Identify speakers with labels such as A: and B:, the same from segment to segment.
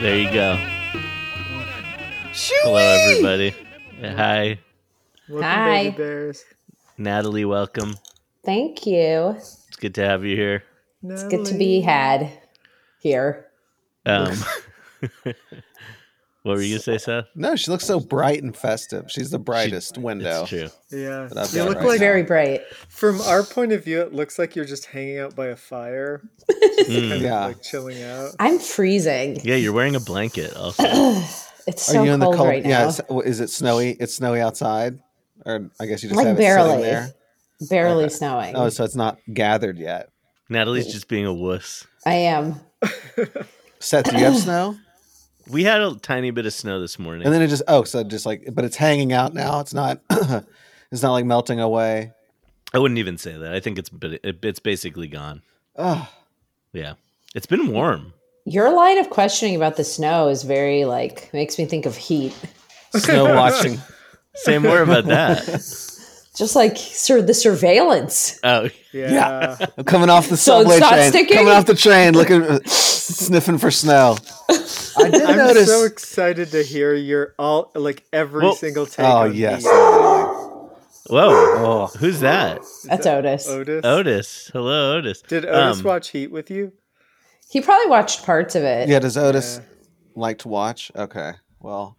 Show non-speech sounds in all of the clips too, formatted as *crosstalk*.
A: There you go. Hello, everybody. Hi,
B: Welcome,
C: Hi.
B: Baby Bears.
A: Natalie. Welcome.
C: Thank you.
A: It's good to have you here.
C: It's good to be had here.
A: Um, *laughs* what were you gonna say, Seth?
D: No, she looks so bright and festive. She's the brightest window.
A: It's true.
B: Yeah.
D: But I've
B: You
D: got
B: look
D: right
B: like
D: now.
C: Very bright.
B: from our point of view, it looks like you're just hanging out by a fire,
A: Mm.
D: Yeah.
B: like chilling out.
C: I'm freezing. *sighs*
A: Yeah, you're wearing a blanket. Also,
C: It's so
D: Are you in
C: cold
D: the cold?
C: right
D: yeah.
C: now.
D: Is, well, is it snowy? It's snowy outside, or I guess you just
C: Like
D: have it sitting
C: barely.
D: there.
C: Barely
D: Okay.
C: snowing.
D: Oh, so it's not gathered yet.
A: Natalie's just being a wuss.
C: I am.
D: Seth, do
C: *coughs*
D: you have snow?
A: We had a tiny bit of snow this morning.
D: And then it just oh, so just like, but it's hanging out now. It's not. *coughs* it's not like melting away.
A: I wouldn't even say that. I think it's bit- it- it's basically gone.
D: Oh,
A: Yeah, it's been warm.
C: Your line of questioning about the snow is very like makes me think of heat.
A: *laughs*
B: *laughs*
D: snow watching.
A: Say more about
D: *laughs*
A: that.
C: Just like sur- the surveillance.
A: Oh,
B: Yeah.
D: Coming off the
C: So it's
D: subway
C: not
D: train.
C: sticking?
D: Coming off the train, looking, uh, sniffing
C: *laughs*
D: for snow. *laughs* I did
B: I'm
D: notice.
B: so excited to hear your all like every
A: Well-
B: single take.
D: oh
B: on
D: yes.
B: Heat.
A: whoa.
D: Oh,
A: Who's
D: *laughs*
A: that?
C: That's Otis.
B: Otis.
A: Otis. Hello, Otis.
B: Did Otis
A: Um,
B: watch Heat with you?
C: He probably watched parts of it.
D: yeah. Does Otis
B: Yeah.
D: like to watch? Okay. Well,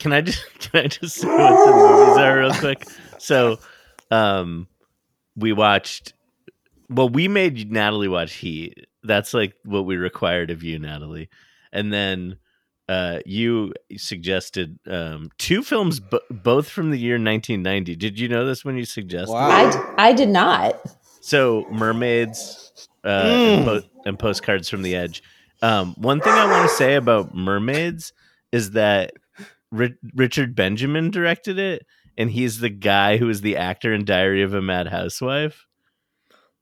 A: Can I just *laughs* can I just say what the movies are real quick? So, um, we watched. Well, we made Natalie watch Heat. That's like what we required of you, Natalie. And then uh, you suggested um, two films, bo- both from the year 1990. Did you know this when you suggested?
D: Wow.
C: I, d- I did not.
A: So mermaids uh, and, po- and postcards from the edge. Um, one thing I want to say about mermaids is that Ri- Richard Benjamin directed it, and he's the guy who is the actor in Diary of a Mad Housewife.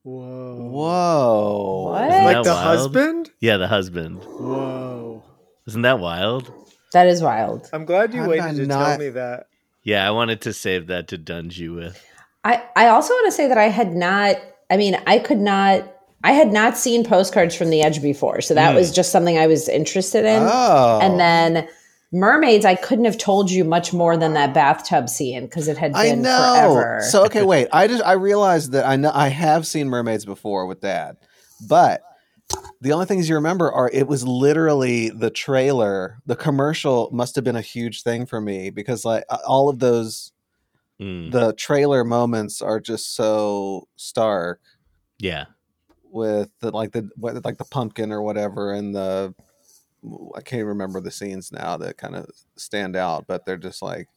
B: Whoa.
D: Whoa.
C: What?
A: Isn't
B: Like
A: that
B: the
A: wild?
B: husband?
A: Yeah, the husband.
B: Whoa.
A: Isn't that wild?
C: That is wild.
B: I'm glad you
D: How did I
B: waited to tell
D: not-
B: me that.
A: Yeah, I wanted to save that to dunge you with.
C: I, I also want to say that I had not, I mean, I could not, I had not seen postcards from the edge before. So that
A: Mm.
C: was just something I was interested in.
D: Hmm. oh.
C: And then mermaids, I couldn't have told you much more than that bathtub scene because it had
D: I
C: been
D: know.
C: forever.
D: So okay, wait. I just I realized that I know I have seen mermaids before with dad, but the only things you remember are it was literally the trailer. The commercial must have been a huge thing for me because like uh, all of those
A: Mm,
D: the trailer moments are just so stark
A: yeah,
D: with the, like the what, like the pumpkin or whatever and the I can't remember the scenes now that kind of stand out, but they're just like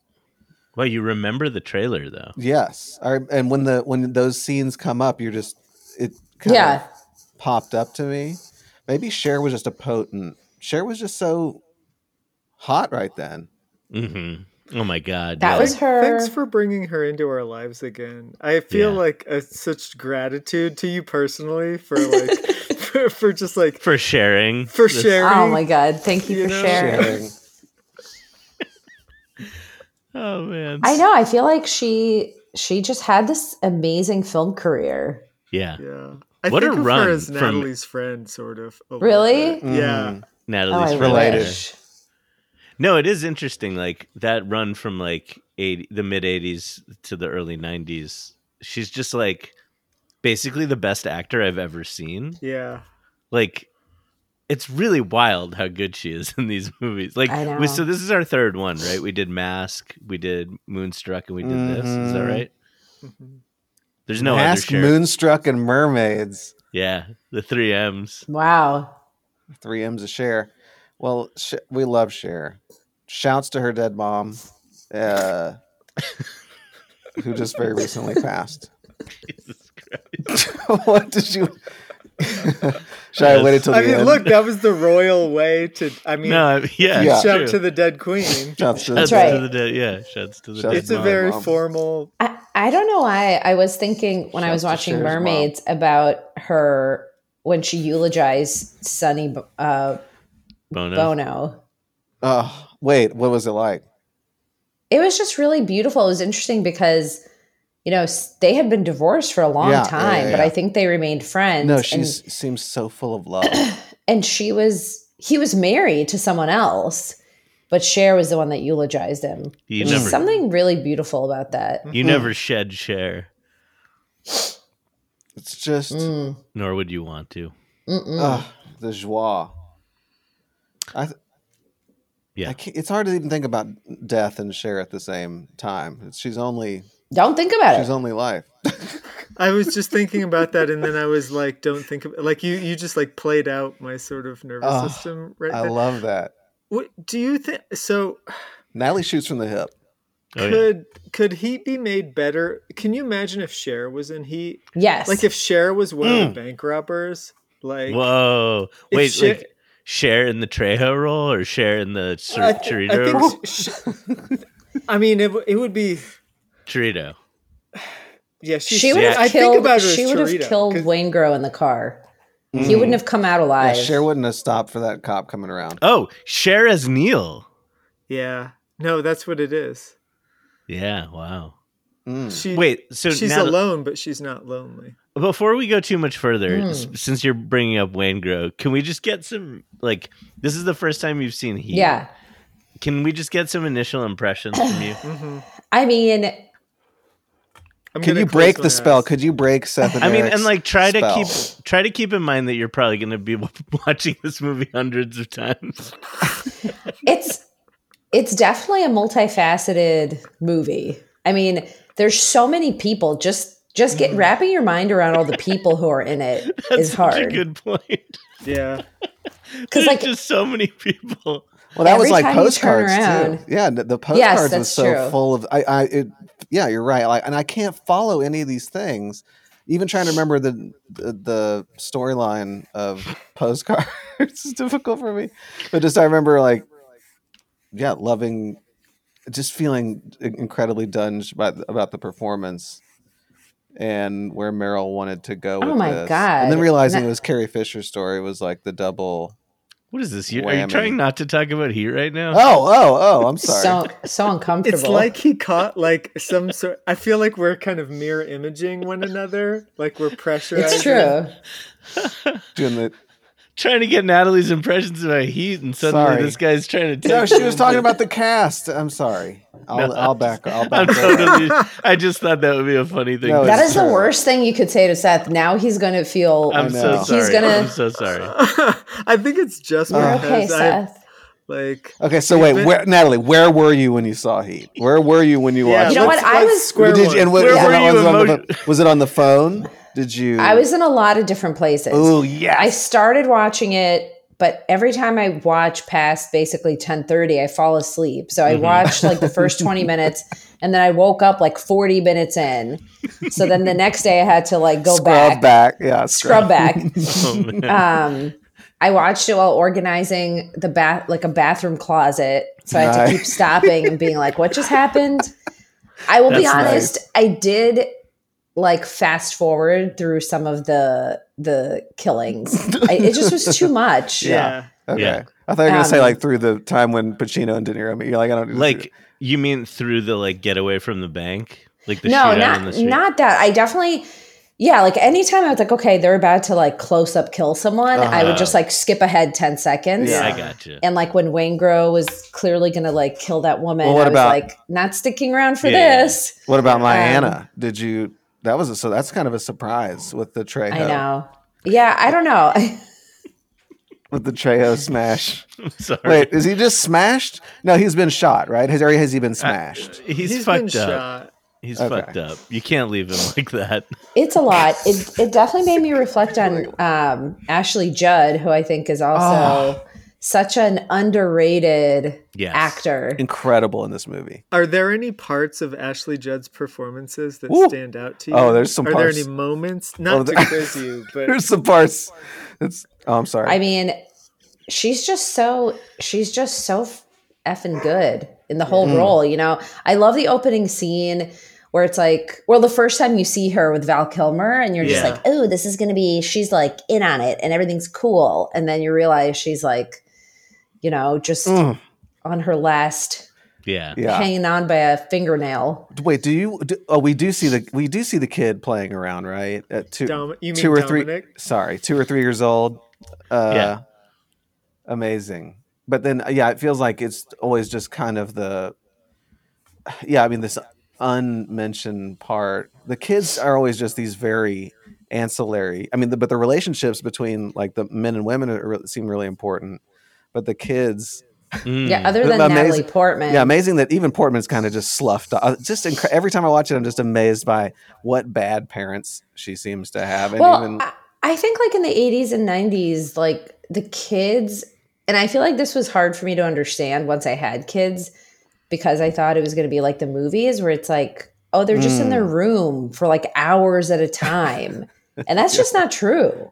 A: well, you remember the trailer though.
D: Yes, I, and when the when those scenes come up, you're just it kind
C: Yeah.
D: of popped up to me. Maybe Cher was just a potent. Cher was just so hot right then.
A: hmm Oh my god,
C: That
A: yeah.
C: was
B: Thank-
C: her-
B: Thanks for bringing her into our lives again. I feel
A: Yeah.
B: like uh such gratitude to you personally for
C: *laughs*
B: like for, for just like
A: for sharing.
B: for
A: this-
B: sharing.
C: oh my God. Thank you,
B: You
C: for
B: know?
C: sharing.
D: Sharing.
A: Oh man,
C: I know. I feel like she, she just had this amazing film career.
A: Yeah,
B: Yeah. I
A: What a
B: think of
A: run
B: her as
A: from- Mm.
B: Natalie's friend, sort of. a little
C: Really?
B: bit. Yeah.
D: Mhm.
C: Oh,
A: Natalie's
C: I
A: related.
D: related.
C: wish.
A: No, it is interesting. Like that run from like 80, the mid '80s to the early '90s. She's just like basically the best actor I've ever seen.
B: Yeah.
A: Like, it's really wild how good she is *laughs* in these movies. Like,
C: I
A: we-
C: know.
A: so this is our third one, right? We did Mask, we did Moonstruck, and we did this. Is
C: Mm-hmm.
A: that
D: Mhm.
A: right?
B: Mhm.
A: There's no
D: Mask,
A: other share.
D: Moonstruck, and Mermaids.
A: yeah, the three M's. *laughs*
C: Wow.
D: Three M's a Cher. Well, Sh- we love Cher. Shouts to her dead mom, uh, who just very recently passed. *laughs*
A: Jesus Christ.
D: what did you? *laughs* Should I wait until
B: I
D: the
B: mean,
D: end?
B: look, that was the royal way to. I mean,
A: No, I- yeah,
D: Yeah.
A: it's true.
B: shout to the
A: *laughs*
B: dead queen.
D: Shouts to
A: Shouts
C: That's
D: the-
C: right.
A: to the dead. Yeah, shouts to the
D: Shouts
A: dead.
B: It's a
D: mom.
B: very
D: Mom.
B: formal.
C: I, I don't know why I was thinking when I was
D: Shouts to
C: watching
D: Cher's mom.
C: Mermaids about her when she eulogized Sonny uh,
A: Bono.
C: Bono.
D: Oh, wait, what was it like?
C: It was just really beautiful. It was interesting because, you know, s- they had been divorced for a long
D: Yeah, yeah,
C: time,
D: yeah,
C: but
D: yeah.
C: I think they remained friends.
D: No,
C: and-
D: she seems so full of love.
C: and she was he was married to someone else, but Cher was the one that eulogized him.
A: You
C: There's
A: never,
C: something really beautiful about that.
A: you never shed share,
D: *coughs* It's just
C: Mm,
A: nor would you want to.
C: mm-mm.
D: ugh, the joie. I th-
A: Yeah.
D: I can't, it's hard to even think about death and share at the same time. It's, she's only
C: Don't think about
D: she's
C: it.
D: only life.
B: I was just thinking about that, and then I was like, "Don't think of like you." You just like played out my sort of nervous
D: Oh,
B: system right
D: I
B: there.
D: love that.
B: what do you think? So
D: Natalie shoots from the hip.
A: Oh, yeah.
B: could could Heat be made better? Can you imagine if Cher was in Heat?
C: Yes.
B: Like if Cher was one of the bank robbers? Like
A: Whoa!
B: if
A: Mm. Wait,
B: Cher-
A: like share in the Trejo role or share in the Cer-
B: I, th- I
A: Chorito?
B: think
A: role?
B: sh- sh- I mean, it, w- it would be
A: Chorito.
B: yeah. She's,
C: she would have
B: I
C: killed.
B: think about her
C: she
B: as
C: would have
B: Chorito,
C: killed
B: 'cause- Mm.
C: Wayne Grow in the car. He wouldn't have come out
D: Mm. Yeah,
C: alive.
D: Cher wouldn't have stopped for that cop coming around.
A: Oh, share as Neil.
B: Yeah, no, that's what it is.
A: Yeah. Wow.
D: Mm.
B: She
A: Hmm. Wait. So
B: she's
A: now,
B: alone, but she's not lonely.
A: before we go too much further,
C: Hmm.
A: s- since you're bringing up Wayne Grow, can we just get some like this is the first time you've seen Heat?
C: yeah.
A: Can we just get some initial impressions from
B: *coughs*
A: you?
B: hmm
C: I mean,
B: I'm
D: Could
B: gonna
D: you
B: close
D: break
B: my
D: the spell?
B: eyes.
D: Could you break Seth? And
A: I mean,
D: Eric's
A: and like try
D: spell?
A: to keep try to keep in mind that you're probably going to be *laughs* watching this movie hundreds of times.
C: it's it's definitely a multifaceted movie. I mean, there's so many people. Just just
B: Mm.
C: get wrapping your mind around all the people who are in
B: *laughs*
C: it is
A: That's such a
C: hard.
A: good point.
B: Yeah,
A: There's
C: Because like
A: just so many *laughs* people.
D: Well, that was
C: Every
D: like
C: time you turn
D: postcards too.
C: around-
D: Yeah, the, the postcards was
C: that's
D: so
C: true.
D: full of. I, I, it, yeah, you're right. Like, and I can't follow any of these things. Even trying to remember the the, the storyline of postcards *laughs* is difficult for me. But just I remember like, yeah, loving, just feeling in- incredibly dunged by th- about the performance. And where Meryl wanted to go.
C: Oh
D: with
C: my
D: this.
C: God.
D: And then realizing
C: That-
D: it was Carrie Fisher's story was like the double.
A: What is this? You, are you
D: Whammy.
A: trying not to talk about Heat right now?
D: Oh, oh, oh! I'm sorry.
C: so so uncomfortable.
B: it's like he caught like some sort. I feel like we're kind of mirror imaging one another. Like we're pressurizing.
C: it's true.
D: Doing the
A: Trying to get Natalie's impressions about Heat, and suddenly
D: Sorry.
A: this guy's trying to take.
D: No, she was
A: over.
D: talking about the cast. I'm sorry. I'll,
A: No,
D: I'll back. I'll
A: *laughs* I'm
D: back. away.
A: totally. I just thought that would be a funny thing. to
D: No, it's-
C: That is the
D: true.
C: worst thing you could say to Seth. Now he's going to feel.
A: I'm
D: know.
A: so
D: He's
A: sorry.
C: gonna-
A: I'm so
C: *laughs*
A: sorry.
B: *laughs* I think it's just
D: You're
B: *laughs*
C: You're
B: because
C: okay,
B: I
C: Seth.
B: like.
A: *laughs*
D: Okay, so wait,
B: But-
D: where, Natalie, where were you when you saw Heat? Where were you when you
B: Yeah,
D: watched?
C: You know
D: it?
B: let's-
C: what? I
B: let's
C: was-
B: square
D: Did
B: one.
D: you, and was,
A: Where
D: was
A: were
D: it
A: you
D: on- was it on the
A: emo-
D: phone- was it on the phone? Did you?
C: I was in a lot of different places.
D: Oh yes.
C: I started watching it, but every time I watch past basically 10:30, I fall asleep. So I
D: Mm-hmm.
A: Mhm.
C: watched like the
D: *laughs*
C: first 20 minutes and then I woke up like 40 minutes in. So then the next day I had to like go
D: scrub
C: back,
D: back. Yeah.
C: scrub back.
D: *laughs*
A: Oh, man.
C: Um I watched it while organizing the bath like a bathroom closet. So I had
D: Nice.
C: to keep stopping and being like what just happened? I will be
A: That's
C: honest, I did like fast forward through some of the the killings. I, it just was too much.
D: Yeah.
B: yeah.
D: Okay.
A: Yeah.
D: I thought you were gonna say
C: Um,
D: like through the time when Pacino and De Niro meet. You're like I don't need to see
A: like you mean through the like getaway from the bank, like *laughs* the
C: no,
A: shootout on the
C: not
A: street.
C: not that. I definitely yeah, like anytime I was like, okay, they're about to like close up kill someone, I
A: Uh-huh.
C: would just like skip ahead ten seconds.
A: yeah,
D: Yeah.
A: I got you.
C: And like when Wayne Grow was clearly gonna like kill that woman,
D: Well, what
C: I was
D: about-
C: like, not sticking around for
A: Yeah.
C: this.
D: What about my
C: Um,
D: Anna? Did you? That was a, so. That's kind of a surprise with the Trejo.
C: I know. Yeah, I don't know. *laughs*
D: With the Trejo smash.
A: I'm *laughs* sorry.
D: Wait, is he just smashed? No, he's been shot, right? Has or has he been smashed?
A: He's,
B: He's been
A: fucked up.
B: shot.
A: He's
D: Okay.
A: fucked up. You can't leave him *laughs* like that.
C: it's a lot. It it definitely made me reflect on um, Ashley Judd, who I think is also such an underrated
A: Yes.
C: actor.
D: Incredible in this movie. *laughs*
B: Are there any parts of Ashley Judd's performances that
D: Ooh.
B: stand out to you?
D: Oh, there's some
B: Are
D: parts.
B: there any moments? Not
D: Oh,
B: to
D: there-
B: quiz you, but
D: There's some parts. It's. Oh, I'm sorry.
C: I mean, she's just so she's just so effing good in the whole
D: Mm.
C: role. You know, I love the opening scene where it's like, well, the first time you see her with Val Kilmer, and you're just
B: Yeah.
C: like, oh, this is gonna be. She's like in on it, and everything's cool, and then you realize she's like, you know, just
D: Mm,
C: on her last,
A: Yeah.
D: yeah.
C: hanging on by a fingernail.
D: Wait. Do you? Do, oh, we do see the. We do see the kid playing around, right? At two.
B: Dom- you mean
D: two or
B: Dominic? *laughs*
D: three. Sorry, two or three years old. Uh,
A: Yeah.
D: amazing. But then, uh, yeah, it feels like it's always just kind of the, yeah, I mean, this unmentioned part. The kids are always just these very ancillary. I mean, the, but the relationships between like the men and women are, seem really important. But the kids,
A: Mm.
C: Yeah, other than
D: Amazing.
C: Natalie Portman.
D: yeah, amazing that even Portman's kind of just sloughed off. Just incre every time I watch it, I'm just amazed by what bad parents she seems to have. And
C: well,
D: even,
C: I, I think like in the 80s and 90s, like the kids, and I feel like this was hard for me to understand once I had kids because I thought it was going to be like the movies where it's like, oh, they're just in
D: Mm.
C: their room for like hours at a
D: *laughs*
C: time. and that's just not true.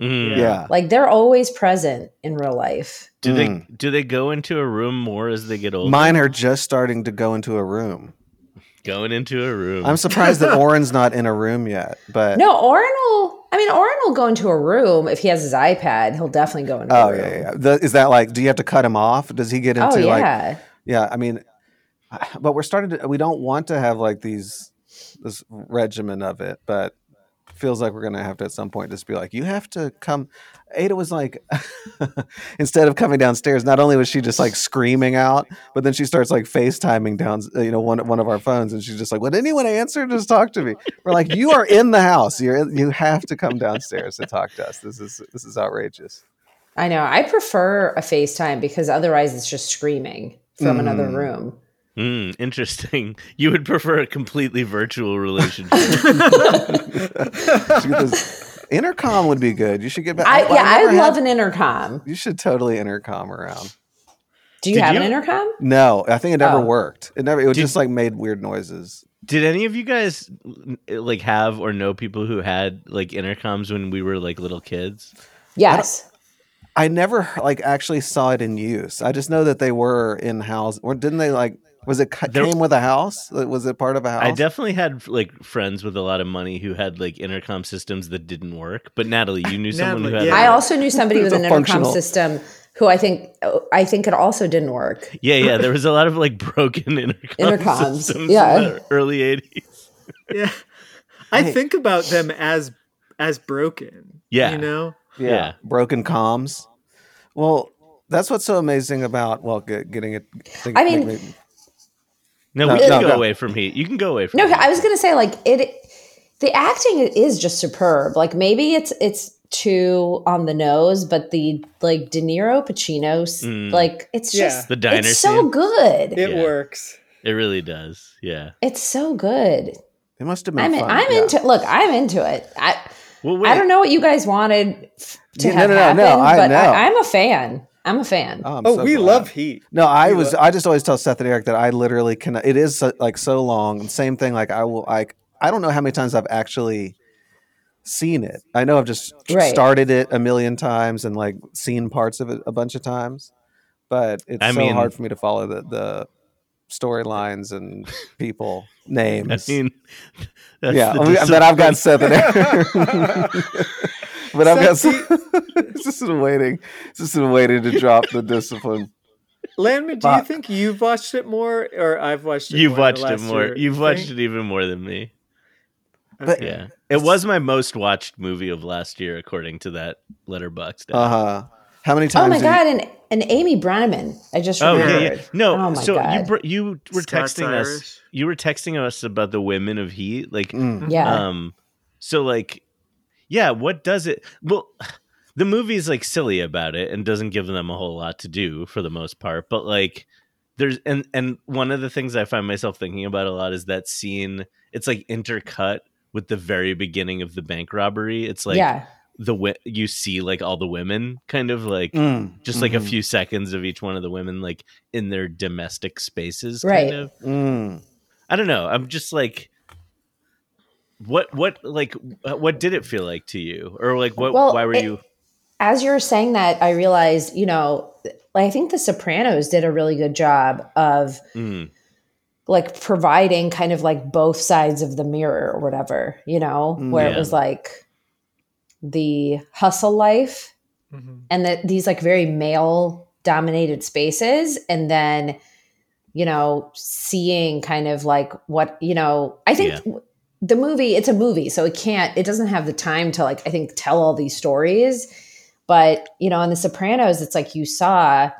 A: Mm.
D: yeah.
C: Like they're always present in real life.
A: Do
D: Mm.
A: they do they go into a room more as they get older?
D: Mine are just starting to go into a room.
A: Going into a room.
D: I'm surprised that Oren's not in a room yet, but
C: No, Oren will, I mean, Oren will go into a room if he has his iPad. He'll definitely go into
D: Oh
C: a room.
D: yeah, yeah. yeah. The, is that like? Do you have to cut him off? Does he get into
C: Oh,
D: like?
C: yeah.
D: Yeah, I mean, *sighs* but we're starting to. We don't want to have like these this regimen of it, but feels like we're gonna have to at some point just be like, you have to come. Ada was like, *laughs* instead of coming downstairs, not only was she just like screaming out, but then she starts like FaceTiming down, you know, one one of our phones, and she's just like, would anyone answer? Just talk to me. We're like, you are in the house. You're in, you have to come downstairs to talk to us. This is this is outrageous.
C: I know. I prefer a FaceTime because otherwise it's just screaming from another
D: Mm.
C: room.
A: Mm, interesting. *laughs* You would prefer a completely virtual
D: *laughs*
A: relationship.
D: She goes, intercom would be good. You should get back.
C: I,
D: well,
C: yeah, I
D: never
C: love
D: had-
C: an intercom.
D: You should totally intercom around.
C: Do you
A: Did
C: have an
A: you?
C: intercom?
D: No, I think it never
C: Oh.
D: worked. It never. It was
A: Did-
D: just like made weird noises.
A: Did any of you guys like have or know people who had like intercoms when we were like little kids?
C: Yes.
D: I never like actually saw it in use. I just know that they were in house. Or didn't they like? Was it cu-
A: There-
D: came with a house? Like, Was it part of a house?
A: I definitely had like friends with a lot of money who had like intercom systems that didn't work. But Natalie, you knew someone who
B: Natalie,
A: had.
B: yeah.
C: I also knew somebody with
D: It's
C: an
D: a
C: intercom
D: functional-
C: system who I think I think it also didn't work.
A: yeah, yeah. There was a lot of like broken *laughs* intercom
C: Intercoms,
A: systems
C: yeah.
A: in the early '80s.
B: yeah. I
D: Hey.
B: think about them as as broken.
A: Yeah.
B: You know?
D: yeah.
A: Yeah.
D: Broken comms. Well, that's what's so amazing about well, get, getting it.
C: I mean,
A: No,
D: No,
A: we can
D: no,
A: go
D: no.
A: away from heat. You can go away from.
C: No,
A: heat.
C: I was gonna say like it. The acting is just superb. Like maybe it's it's too on the nose, but the like De Niro, Pacino, s-
A: Mm.
C: like it's
B: Yeah.
C: just
A: The diner
C: It's so
A: scene.
C: good.
A: Yeah.
B: works.
A: It really does. Yeah.
C: It's so good.
D: it must have been.
C: I'm in,
D: fun.
C: I'm
D: yeah.
C: into look. I'm into it. I
A: Well, wait.
C: I don't know what you guys wanted f- to
D: Yeah, no,
C: have
D: no, no,
C: happen,
D: no, I
C: but
D: know.
C: I, I'm a fan. I'm a fan.
D: Oh, I'm
B: Oh,
D: so
B: we
D: glad.
B: love heat.
D: No, I
B: We
D: was.
B: lo-
D: I just always tell Seth and Eric that I literally can. It is so, like so long. and Same thing. Like I will. Like I don't know how many times I've actually seen it. I know I've just
C: Right.
D: started it a million times and like seen parts of it a bunch of times, but it's
A: I
D: so
A: mean-
D: hard for me to follow the the storylines and people
A: *laughs* I
D: names.
A: mean, *laughs* that's
D: yeah,
A: the
D: we- but I've got Seth and Eric. *laughs* but I've got.
B: Seth,
D: *laughs* it's just been waiting. It's just been waiting to drop
A: *laughs*
D: the discipline.
B: Landman, do you
D: Fuck.
B: think you've watched it more or I've watched it
A: *laughs* You've
B: more in the
A: watched it
B: last
A: more.
B: year
A: You've watched
B: thing?
A: it even more than me.
D: But-
B: Okay.
A: Yeah. It was my most watched movie of last year, according to that letterbox.
D: Uh huh.
A: Uh-huh.
D: How many times?
C: oh my
D: do you-
C: god, and and Amy Bronneman. I just
A: Oh
C: remembered.
A: yeah, yeah. No,
C: Oh, my
A: so you
C: God.
A: br- you were
B: Scott's
A: texting us.
B: Irish.
A: You were texting us about the women of heat, like
D: Mm.
C: Yeah.
A: um. So like, yeah. What does it? Well, *sighs* the movie's like silly about it and doesn't give them a whole lot to do for the most part. But like, there's and and one of the things I find myself thinking about a lot is that scene. It's like intercut with the very beginning of the bank robbery. It's like
C: yeah.
A: the wi- you see like all the women kind of like
D: Mm,
A: just like a
C: Mm-hmm.
D: mhm,
A: few seconds of each one of the women like in their domestic spaces
C: Right.
A: kind of
D: mm.
A: i don't know i'm just like what what like uh, what did it feel like to you or like what
C: Well,
A: why were
C: it-
A: you
C: As you were saying that, I realized, you know, I think The Sopranos did a really good job of
A: Mm,
C: like providing kind of like both sides of the mirror or whatever, you know,
D: Mm.
C: where
A: Yeah.
C: it was like the hustle life
B: Mhm.
C: and that these like very male dominated spaces and then you know seeing kind of like what you know i think
A: Yeah.
C: w- the movie it's a movie so it can't it doesn't have the time to like i think tell all these stories But, you know, on The Sopranos, it's like you saw,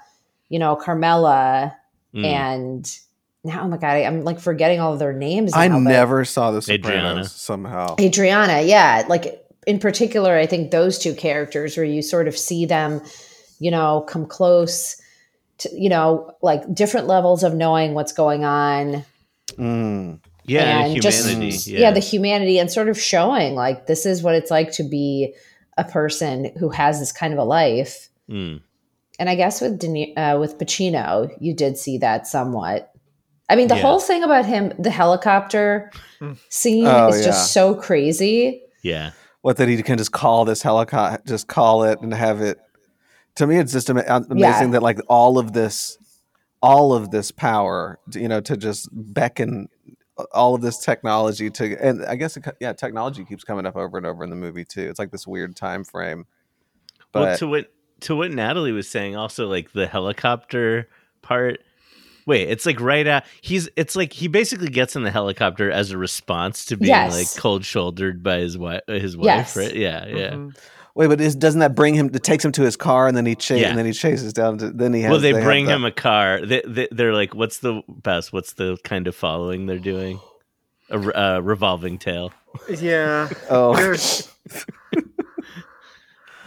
C: you know, Carmela
A: Mm.
C: and now, oh my God, I, am like forgetting all of their names.
D: I
C: now, but-
D: never saw The
A: Adriana.
D: Sopranos somehow.
C: Adriana, yeah. Like in particular, I think those two characters where you sort of see them, you know, come close to, you know, like different levels of knowing what's going on.
D: Mm.
A: yeah, and
C: and just-
A: humanity.
C: Yeah. the humanity and sort of showing like this is what it's like to be a person who has this kind of a life.
A: Mm.
C: And I guess with De Ni- uh, with Pacino, you did see that somewhat. I mean, the
A: Yeah.
C: whole thing about him, the helicopter
B: Mm.
C: scene
D: Oh,
C: is
D: yeah.
C: just so crazy.
A: yeah.
D: What that he can just call this helicopter, just call it and have it. To me, it's just ama- uh, amazing
C: Yeah.
D: that like all of this, all of this power, you know, to just beckon uh, all of this technology to, and I guess it, co- yeah, technology keeps coming up over and over in the movie too. It's like this weird time frame. But
A: well, to what to what Natalie was saying, also like the helicopter part. Wait, it's like right out. He's it's like he basically gets in the helicopter as a response to being
C: Yes.
A: like cold shouldered by his wife. His wife,
C: Yes.
A: right? Yeah, yeah.
B: Mhm.
D: wait, but is, doesn't that bring him? It takes him to his car, and then he chase,
A: Yeah.
D: and then he chases down. To, then he has.
A: Well, they,
D: have
A: bring
D: the-
A: him a car. They, they they're like, what's the best? What's the kind of following they're doing? A re- uh, revolving tail.
B: Yeah.
D: Oh,
B: There's,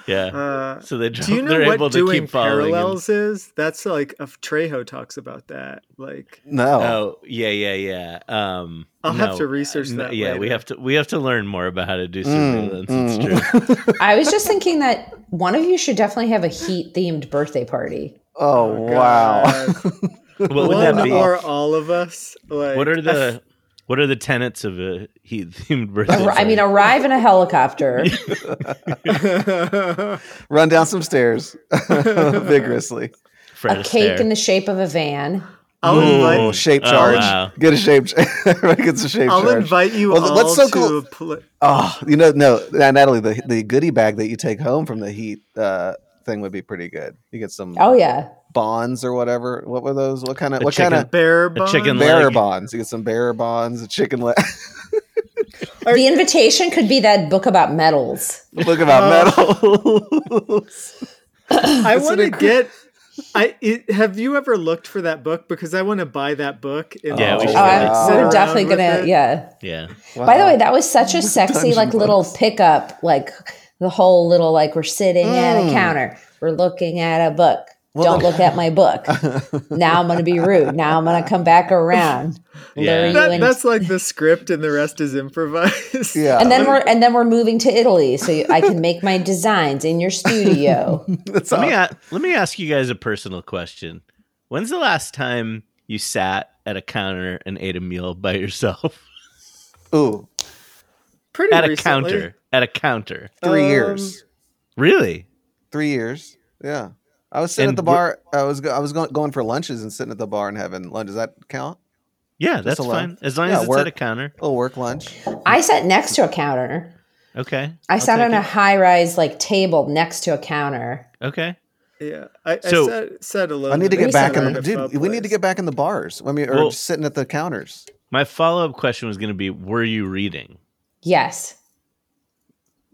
A: Yeah.
B: uh,
A: So *laughs* they dr-
B: do you
A: they're
B: know
A: able
B: what
A: to
B: doing
A: keep following. him.
B: parallels is? That's like if Trejo talks about that. Like
D: *laughs* no.
A: Oh yeah, yeah, yeah. Um,
B: I'll have
A: no,
B: to research
A: n-
B: that
A: Yeah, we
B: later.
A: have to we have to learn more about how to do
D: Mm,
A: surveillance. It's true.
B: *laughs*
D: mm.
C: I was just thinking that one of you should definitely have a heat themed birthday party.
D: Oh,
B: Oh,
D: wow. *laughs*
A: What would
B: one
A: that be?
B: or all of us. Like
A: what are the what are the tenets of a *laughs* heat themed birthday?
C: Ar- I
A: party?
C: mean, arrive in a helicopter.
D: Run down some stairs *laughs* vigorously.
A: Fred
C: a cake
A: Astaire.
C: in the shape of a van.
B: *laughs* I'll
A: Ooh.
B: invite
D: Oh, shape
A: Oh,
D: charge.
A: wow.
D: Get a shape. Ch- *laughs* Everybody gets a shape
B: I'll
D: charge.
B: invite you
D: Well,
B: all
D: what's so
B: to
D: cool-
B: a pl-
D: oh, you know, no, Na- Natalie, the the goodie bag that you take home from the heat uh, thing would be pretty good. You get some
C: Oh yeah,
D: bonds or whatever. What were those? What kind of
A: A
D: what
A: chicken-
D: kind of
B: bear
A: A chicken *laughs*
B: bond?
A: leg.
D: bearer bonds? You get some bearer bonds, a chicken leg. *laughs*
C: the invitation could be that book about medals.
D: Look
B: Uh,
D: about
C: *laughs*
D: medals.
B: I
D: It's an
B: want to
D: incre-
B: get. I it, have you ever looked for that book because I want to buy that book. And
A: Yeah, we
B: just,
A: should
C: Oh,
B: like,
A: do
C: I'm,
D: that.
B: sit
C: I'm
B: around
C: definitely
B: with
C: gonna.
B: it.
C: Yeah.
A: yeah.
C: By the
D: Wow.
C: way, that was such a sexy
D: Dungeon
C: like little
D: books.
C: pickup. Like the whole little like we're sitting at a
D: Mm.
C: counter. We're looking at a book.
D: Well,
C: Don't
D: the-
C: look at my book. now I'm gonna be rude. Now I'm gonna come back around.
A: Yeah.
C: Lure you
B: That,
C: in-
B: that's like the script, and the rest is improvised.
D: yeah,
C: and then we're and then we're moving to Italy, so you, I can make my *laughs* designs in your studio.
D: that's
A: Let me
D: all.
A: a- let me ask you guys a personal question. When's the last time you sat at a counter and ate a meal by
D: *laughs*
A: yourself?
D: Ooh,
B: pretty
A: at a
B: recently.
A: counter. At a counter.
D: three
B: Um,
D: years.
A: Really?
D: three years. Yeah, I was sitting
A: And
D: at the
A: wh-
D: bar. I was go- I was going going for lunches and sitting at the bar and having lunch. Does that count?
A: Yeah, that's
D: alone.
A: fine. As long
D: Yeah,
A: as it's at
D: work.
A: a counter.
D: A little work lunch.
C: I sat next to a counter.
A: Okay.
C: I
A: I'll
C: sat
A: take
C: on a
A: it.
C: high rise like table next to a counter.
A: Okay.
B: Yeah, I,
A: So-
B: I said, said alone.
D: I need to
B: and
D: get back in.
B: around
D: The,
B: a
D: dude,
B: pub
D: we need to
B: place.
D: get back in the bars. I mean, or
A: Well-
D: sitting at the counters.
A: My follow up question was going to be Were you reading?
C: Yes.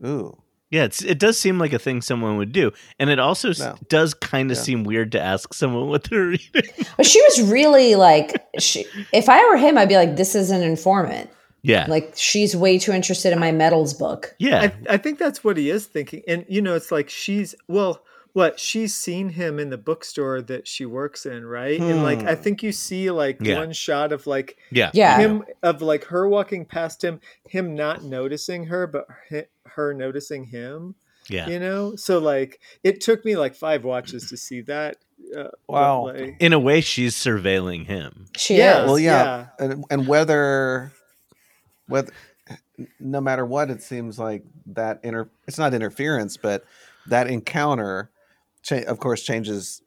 D: Ooh,
A: Yeah, it's, it does seem like a thing someone would do. And it also s
D: No.
A: does kind of
D: Yeah.
A: seem weird to ask someone what they're *laughs* reading.
C: But she was really like, she, if I were him, I'd be like, this is an informant.
A: Yeah.
C: Like, she's way too interested in my medals book.
A: yeah.
B: I, I think that's what he is thinking. And you know, it's like she's well, what she's seen him in the bookstore that she works in, right? And like I
D: Hmm.
B: think you see like
A: Yeah.
B: one shot of like
A: yeah.
C: Yeah.
B: him of like her walking past him, him not noticing her, but he- her noticing him.
A: Yeah.
B: You know, so like it took me like five watches to see that. Uh, but,
D: Wow.
B: like-
A: In a way, she's surveilling him.
C: She is.
D: Well, yeah.
B: yeah. *laughs*
D: and and whether, whether, no matter what, it seems like that inter. It's not interference, but that encounter, cha- of course, changes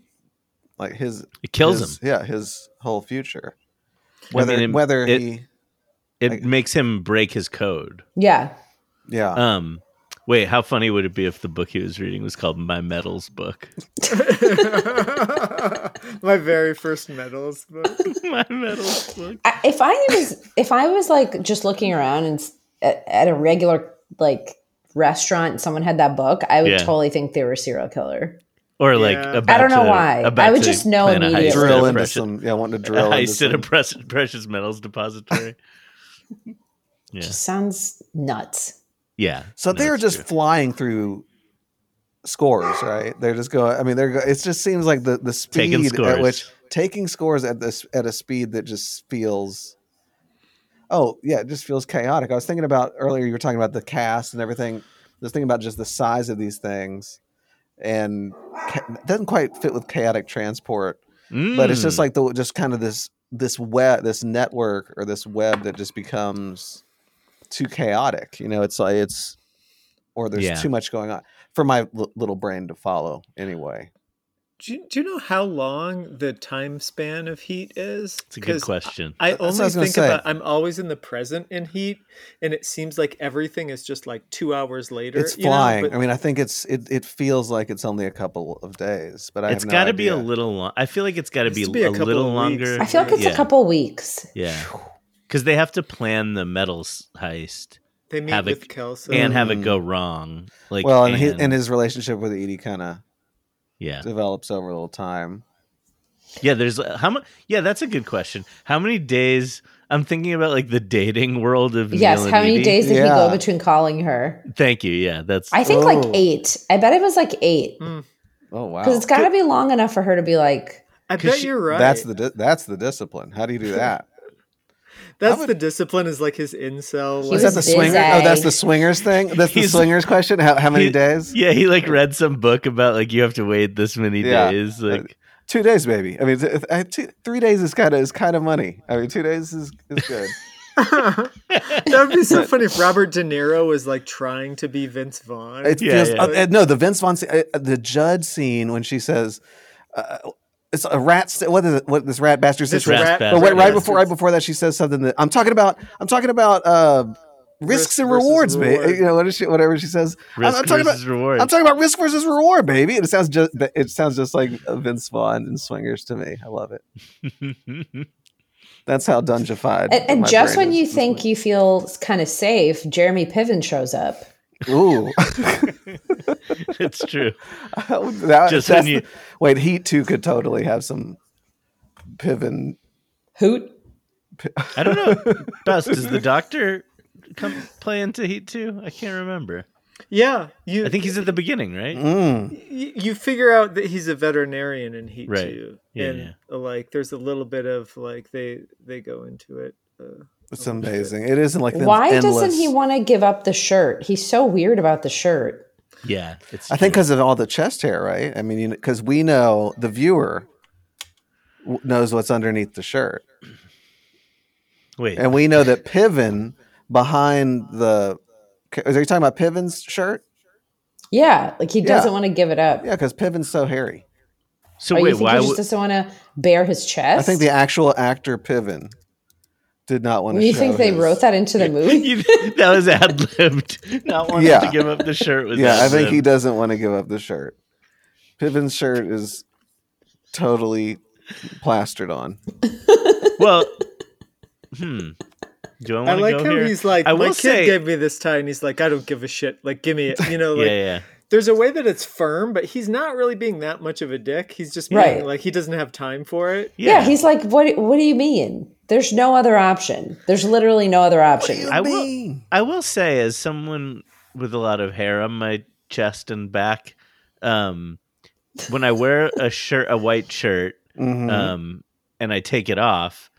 D: like his
A: It kills
D: his-
A: him.
D: Yeah, his whole future.
A: I
D: Whether
A: mean, it-
D: whether
A: it-
D: he
A: It
D: Like- Uh.
A: makes him break his code.
C: Yeah.
D: yeah.
A: Um, wait, how funny would it be if the book he was reading was called My Medals
B: *laughs*
A: Book?
B: My very first medals, but
A: My Medals Book.
C: I, if I was, if I was like just looking around and s- at, at a regular like restaurant and someone had that book, I would
A: Yeah.
C: totally think they were a serial killer.
A: or like
B: Yeah.
A: about
C: I don't know
A: to-
C: why.
A: about
C: I would
A: to
C: just know
A: plan a heist
C: immediately.
A: at a
D: drill into
A: precious-
D: some. Yeah, I
A: *laughs*
D: wanted to
A: a
D: drill into
A: heist at a
D: some.
A: precious, precious metals
D: *laughs*
A: depository. Yeah.
C: Just sounds nuts.
A: Yeah.
D: So
A: no,
D: they're
A: it's
D: just
A: true.
D: flying through scores, right? They're just going. I mean, they're. go- It just seems like the the
A: taking
D: speed
A: scores.
D: at which taking scores at this at a speed that just feels. Oh yeah, it just feels chaotic. I was thinking about earlier. You were talking about the cast and everything. I was thinking about just the size of these things, and ca- it doesn't quite fit with chaotic transport. but it's just
A: Mm.
D: like the just kind of this this web this network or this web that just becomes too chaotic you know it's like it's or there's
A: Yeah.
D: too much going on for my l- little brain to follow anyway
B: Do you, do you know how long the time span of heat is?
A: it's a good
B: 'Cause
A: question.
B: I
D: That's what I
B: only
D: was gonna
B: think
D: say.
B: about. I'm always in the present in heat, and it seems like everything is just like two hours later.
D: it's
B: you know,
D: flying
B: but-
D: i mean i think it's it, it feels like it's only a couple of days but i
A: it's
D: got to
A: be a little long. I feel like it's got to
B: Has
A: be,
B: to be a
A: a
B: couple
A: little
B: of weeks.
A: longer.
C: I feel like it's
A: Yeah.
C: a couple weeks.
A: *laughs*
C: *laughs*
A: Yeah. Because they have to plan the metals heist
B: they meet
A: have a-
B: with Kelso.
A: and have it
D: Mm.
A: go wrong. Like
D: well and,
A: and,
D: his, and his relationship with edie kind of
A: yeah
D: develops over a little time
A: yeah. There's uh, how much? Yeah, that's a good question. How many days? I'm thinking about like the dating world of
C: Yes.
A: Neil and
C: How many
A: Edie.
C: days did he go
D: Yeah.
C: between calling her?
A: Thank you. Yeah, that's
C: I think like
D: Oh.
C: eight. I bet it was like eight
D: oh wow
C: because it's got to be long enough for her to be like,
B: I
A: 'cause
B: bet
A: she-
B: you're right.
D: that's the di- that's the discipline how do you do that
B: That's
D: would-
B: the discipline is like his incel.
C: *laughs* He
B: like-
D: is that the
C: busy.
D: swingers? Oh, that's the swingers thing. That's the
A: He's-
D: swingers question. How, how many
A: he-
D: days?
A: yeah. He like read some book about like you have to wait this many
D: Yeah. Uh,
A: days. Like
D: Two days, baby. I mean, th- I- two, three days is kind of is kind of money. I mean, two days is, is good.
B: *laughs* that would be so funny if Robert De Niro was like trying to be Vince Vaughn.
D: It
A: Yeah,
D: feels
A: yeah.
D: uh, uh, no the Vince Vaughn, scene- uh, the judge scene when she says, uh, "It's a rat." St- what is it? What this rat bastard
B: This
D: situation?
A: rat
D: But wait,
A: bastard.
D: right before right before that, she says something that I'm talking about. I'm talking about uh,
B: Risk
D: risks and
B: versus
D: rewards, baby.
B: reward.
D: You know what is she, whatever she says. I'm-
A: risk
D: I'm talking about
A: versus reward.
D: I'm talking about risk versus reward, baby. And it sounds just it sounds just like Vince Vaughn and Swingers to me. I love it. That's how dungefied.
C: and, and
D: my
C: just
D: brain
C: when
D: is
C: you
D: this
C: think you feel kind of safe, Jeremy Piven shows up.
D: week. ooh, *laughs*
A: *laughs* it's true.
D: that,
A: *laughs* Just
D: just
A: when you-
D: wait, Heat Two could totally have some pivot.
C: Hoot.
A: I don't
D: *laughs*
A: know. Best does the doctor come play into Heat Two? I can't remember.
B: yeah, you.
A: I think he's at the beginning, right?
D: Mm.
B: y- you figure out that he's a veterinarian in Heat
A: Right.
B: Two,
A: Yeah,
B: and
A: yeah.
B: uh, like there's a little bit of like they they go into it. Uh,
D: It's amazing. It isn't like them
C: Why doesn't
D: endless-
C: he want to give up the shirt? He's so weird about the shirt.
A: Yeah, it's.
D: I think
A: true.
D: because of all the chest hair, right? I mean, because we know the viewer w- knows what's underneath the shirt.
A: wait,
D: And we know that Piven behind the. Are you talking about Piven's shirt?
C: Yeah, like he
D: Yeah.
C: doesn't want to give it up.
D: Yeah, because Piven's so hairy.
A: so
C: oh, you
A: wait,
C: think
A: why
C: he just
A: would?
C: doesn't want to bare his chest?
D: I think the actual actor Piven did not want to.
C: You
D: show
C: think they
D: his-
C: wrote that into
D: *laughs*
A: *laughs*
C: the movie?
A: You- that was ad libbed. *laughs* Not wanting
D: Yeah.
A: to give up the shirt was.
D: Yeah, I think he
A: ad-libbed.
D: doesn't want to give up the shirt. Piven's shirt is totally plastered on.
A: Well, *laughs* hmm. Do I
B: I
A: want to
B: like
A: go
B: how
A: here?
B: he's like,
A: I
B: my
A: will
B: kid
A: say-
B: gave me this tie, and he's like, I don't give a shit. Like, give me it. You
A: *laughs*
B: know,
A: yeah,
B: like
A: yeah.
B: there's a way that it's firm, but he's not really being that much of a dick. He's just being
C: Right.
B: like he doesn't have time for it.
C: Yeah. he's like, what? What do you mean? There's no other option. There's literally no other option.
A: I will- I will say, as someone with a lot of hair on my chest and back, um, when I wear a shirt, a white shirt,
D: Mhm.
A: um, and I take it off,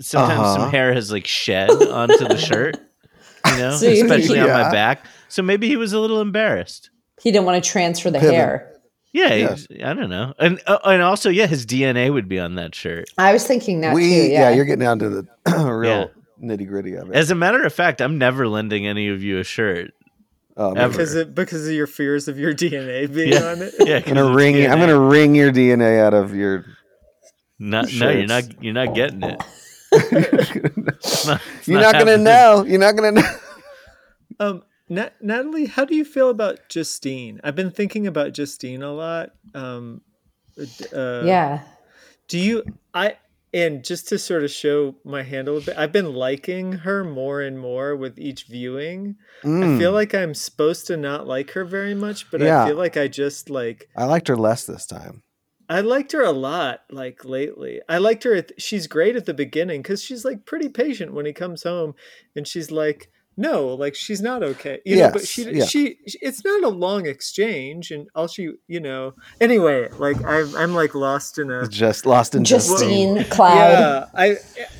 A: sometimes
D: Uh-huh.
A: some hair has like shed onto the shirt, you know,
C: So you-
A: especially on my
D: Yeah.
A: back. So maybe he was a little embarrassed.
C: He didn't want to transfer the
D: Pivot.
C: hair.
A: Yeah, he-
D: Yes.
A: I don't know, and uh, and also, yeah, his DNA would be on that shirt.
C: I was thinking that
D: we,
C: too.
D: yeah.
C: Yeah,
D: you're getting down to the *clears throat* real
A: Yeah.
D: nitty gritty of it.
A: As a matter of fact, I'm never lending any of you a shirt. *laughs*
D: Oh,
A: ever.
D: I'm gonna-
B: Because of, because of your fears of your *laughs* DNA being
A: Yeah.
B: on it.
A: *laughs* Yeah,
D: I'm gonna wring. I'm gonna wring your DNA out of your.
A: Not, no, you're
D: shirts.
A: not. You're not getting it. *laughs* It's not- it's
D: You're not gonna
A: happening.
D: know. You're not gonna know.
A: *laughs*
B: Um, Na- Natalie, how do you feel about Justine? I've been thinking about Justine a lot. Um, d- uh,
C: yeah.
B: Do you? I And just to sort of show my hand a little bit, I've been liking her more and more with each viewing. I
D: Mm,
B: feel like I'm supposed to not like her very much, but
D: Yeah.
B: I feel like I just like
D: I liked her less this time.
B: I liked her a lot. Like lately, I liked her. At, she's great at the beginning because she's like pretty patient when he comes home, and she's like, no, like she's not okay. You know, but
D: Yes,
B: she
D: yeah.
B: she it's not a long exchange, and all she you know. Anyway, like I'm I'm like lost in a
D: Just lost in Justine.
C: Justine Cloud.
B: yeah, I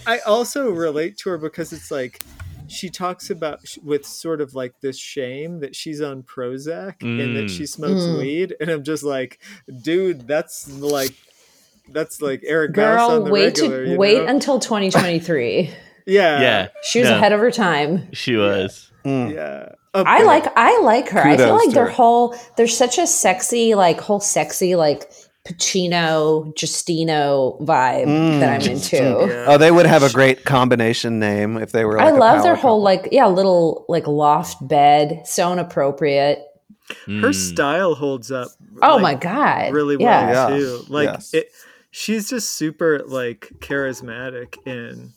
B: I also relate to her because it's like she talks about with sort of like this shame that she's on Prozac and that
A: Mm.
B: she smokes
C: Mm.
B: weed, and I'm just like, dude, that's like that's like Eric Goss
C: Girl,
B: on the
C: wait
B: regular.
C: to
B: you
C: wait
B: know?
C: until 2023.
B: yeah,
A: yeah,
C: She was
A: No.
C: ahead of her time.
A: she was.
D: Mm.
B: yeah.
C: I
B: Okay.
C: like I like her. I feel
D: Kudos
C: like
D: to
C: their
D: her.
C: whole there's such a sexy like whole sexy like Pacino Justino vibe
D: Mm,
C: that I'm into.
D: Justino.
B: Yeah.
D: Oh, they would have a great combination name if they were. Like
C: I
D: a
C: love their
D: power
C: whole
D: couple.
C: like yeah little like loft bed so inappropriate.
B: her
A: Mm.
B: style holds up.
C: Oh
B: like,
C: my god,
B: really well
C: Yeah,
D: Yeah.
B: too. Like
D: Yes.
B: it, she's just super like charismatic, and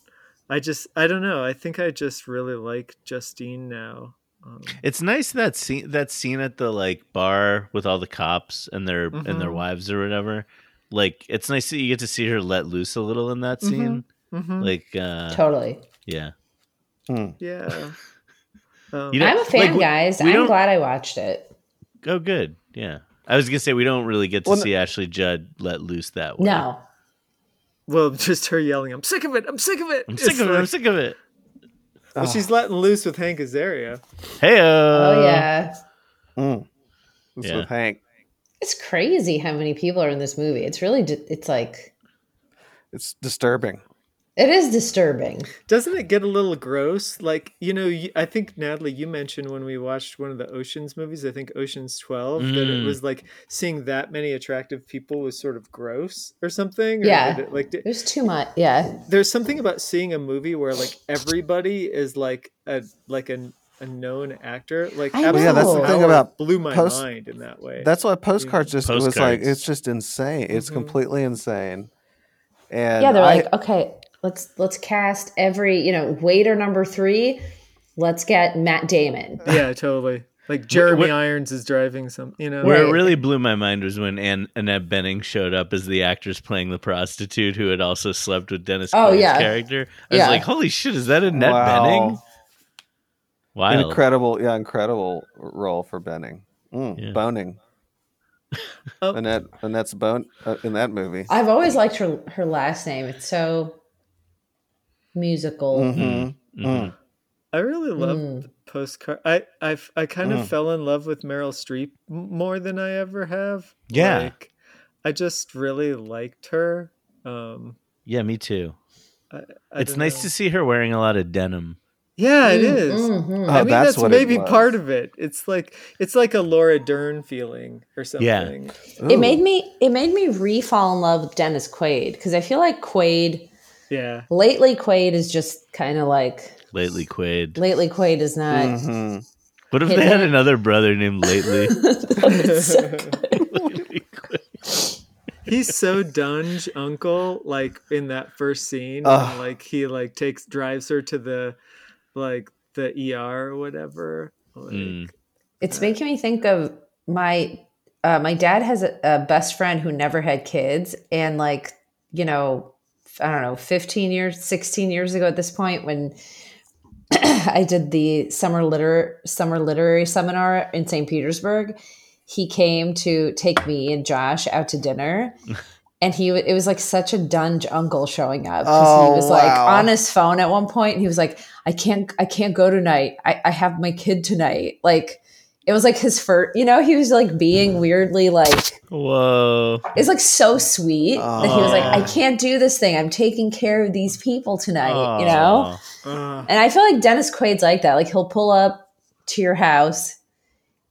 B: I just I don't know. I think I just really like Justine now. Um,
A: It's nice that scene that scene at the like bar with all the cops and their and their
B: Mhm.
A: wives or whatever. Like it's nice that you get to see her let loose a little in that
B: Mhm.
A: scene.
B: mhm,
A: Like uh
C: totally.
A: yeah. *laughs*
B: yeah. Um,
A: You know-
C: I'm a fan,
A: like, we-
C: guys.
A: we
C: I'm
A: don't-
C: glad I watched it.
A: Oh good. Yeah. I was gonna say we don't really get to
D: Well, no-
A: see Ashley Judd let loose that way.
C: No,
B: well, just her yelling, "I'm sick of it! I'm sick of it!
A: I'm sick
B: It's
A: of it. I'm
B: like-
A: sick of it.
B: Well, she's letting loose with Hank Azaria.
A: Hey
C: oh yeah,
D: Mm. This
A: Yeah.
D: with Hank.
C: it's crazy how many people are in this movie. It's really di- it's like
D: It's disturbing.
C: it is disturbing.
B: Doesn't it get a little gross? Like you know, you, I think Natalie, you mentioned when we watched one of the Ocean's movies, I think Ocean's Twelve, that it
A: Mm.
B: was like seeing that many attractive people was sort of gross or something. Or
C: Yeah.
B: that it, like did-
C: There's too much. Yeah,
B: there's something about seeing a movie where like everybody is like a like an a known actor like
C: I know.
B: Absol
C: Yeah, that's the
B: Power
D: thing about
B: blew my
D: post-
B: mind in that way
D: That's why postcards just it was like
A: Mm. Postcards.
D: it's just insane. It's
B: Mhm.
D: completely insane. And
C: yeah. They're
D: I-
C: like, okay, let's let's cast every you know waiter number three. Let's get Matt Damon.
B: yeah totally like jeremy
A: what-
B: irons is driving some you know
A: Where
C: Right.
A: it really blew my mind was when Ann- Annette Benning showed up as the actress playing the prostitute who had also slept with Dennis
C: Oh,
A: Quaid's
C: yeah.
A: character. I was
C: Yeah.
A: like, holy shit, is that Annette
D: wow.
A: Benning? Wild.
D: Incredible, yeah, incredible role for Benning. Mm,
A: Yeah.
D: Boning.
B: Oh.
D: Annette, Annette's bone uh, in that movie.
C: I've always liked her her last name. It's so musical.
D: Mhm.
B: Mm.
A: Mhm.
B: i really love
C: Mm.
B: postcard i i, f- I kind
D: Mm.
B: of fell in love with meryl streep m- more than i ever have
A: Yeah.
B: like, i just really liked her um
A: Yeah, me too.
B: I
A: it's
B: don't
A: nice
B: know.
A: to see her wearing a lot of denim.
B: yeah it
C: Mm,
B: is.
C: mhm.
D: Oh,
B: I mean,
D: that's
B: that's,
D: what it
B: maybe
D: was.
B: part of it. It's like it's like a Laura Dern feeling or
A: Yeah.
B: something.
C: It
D: Ooh.
C: made me it made me re fall in love with Dennis Quaid because I feel like Quaid
B: Yeah.
C: lately Quaid is just kind of like
A: Lately Quaid.
C: lately Quaid is not.
D: Mhm.
A: What if
C: Hit
A: they had
C: it.
A: another brother named
C: *laughs*
A: Lately? *laughs*
C: It's so good.
A: Lately Quaid.
B: *laughs* He's so Dunge Uncle, like in that first scene,
D: Ugh.
B: when, like he like takes drives her to the like the ER or whatever. Like,
A: Mm.
C: It's making me think of my uh, my dad has a, a best friend who never had kids, and like you know, I don't know, fifteen years, sixteen years ago at this point, when *clears throat* I did the summer liter summer literary seminar in St. Petersburg, he came to take me and Josh out to
D: *laughs*
C: dinner. And he, w- it was like such a dunge uncle showing up because
D: Oh,
C: he was like
D: wow.
C: on his phone at one point. And he was like, "I can't, I can't go tonight. I, I have my kid tonight." Like, it was like his first, you know, he was like
D: Mm.
C: being weirdly like,
A: Whoa.
C: it's like so sweet that he was like,
A: Aw.
C: "I can't do this thing. I'm taking care of these people tonight,"
A: Oh.
C: you know.
A: Aw.
B: uh,
C: And I feel like Dennis Quaid's like that. Like he'll pull up to your house,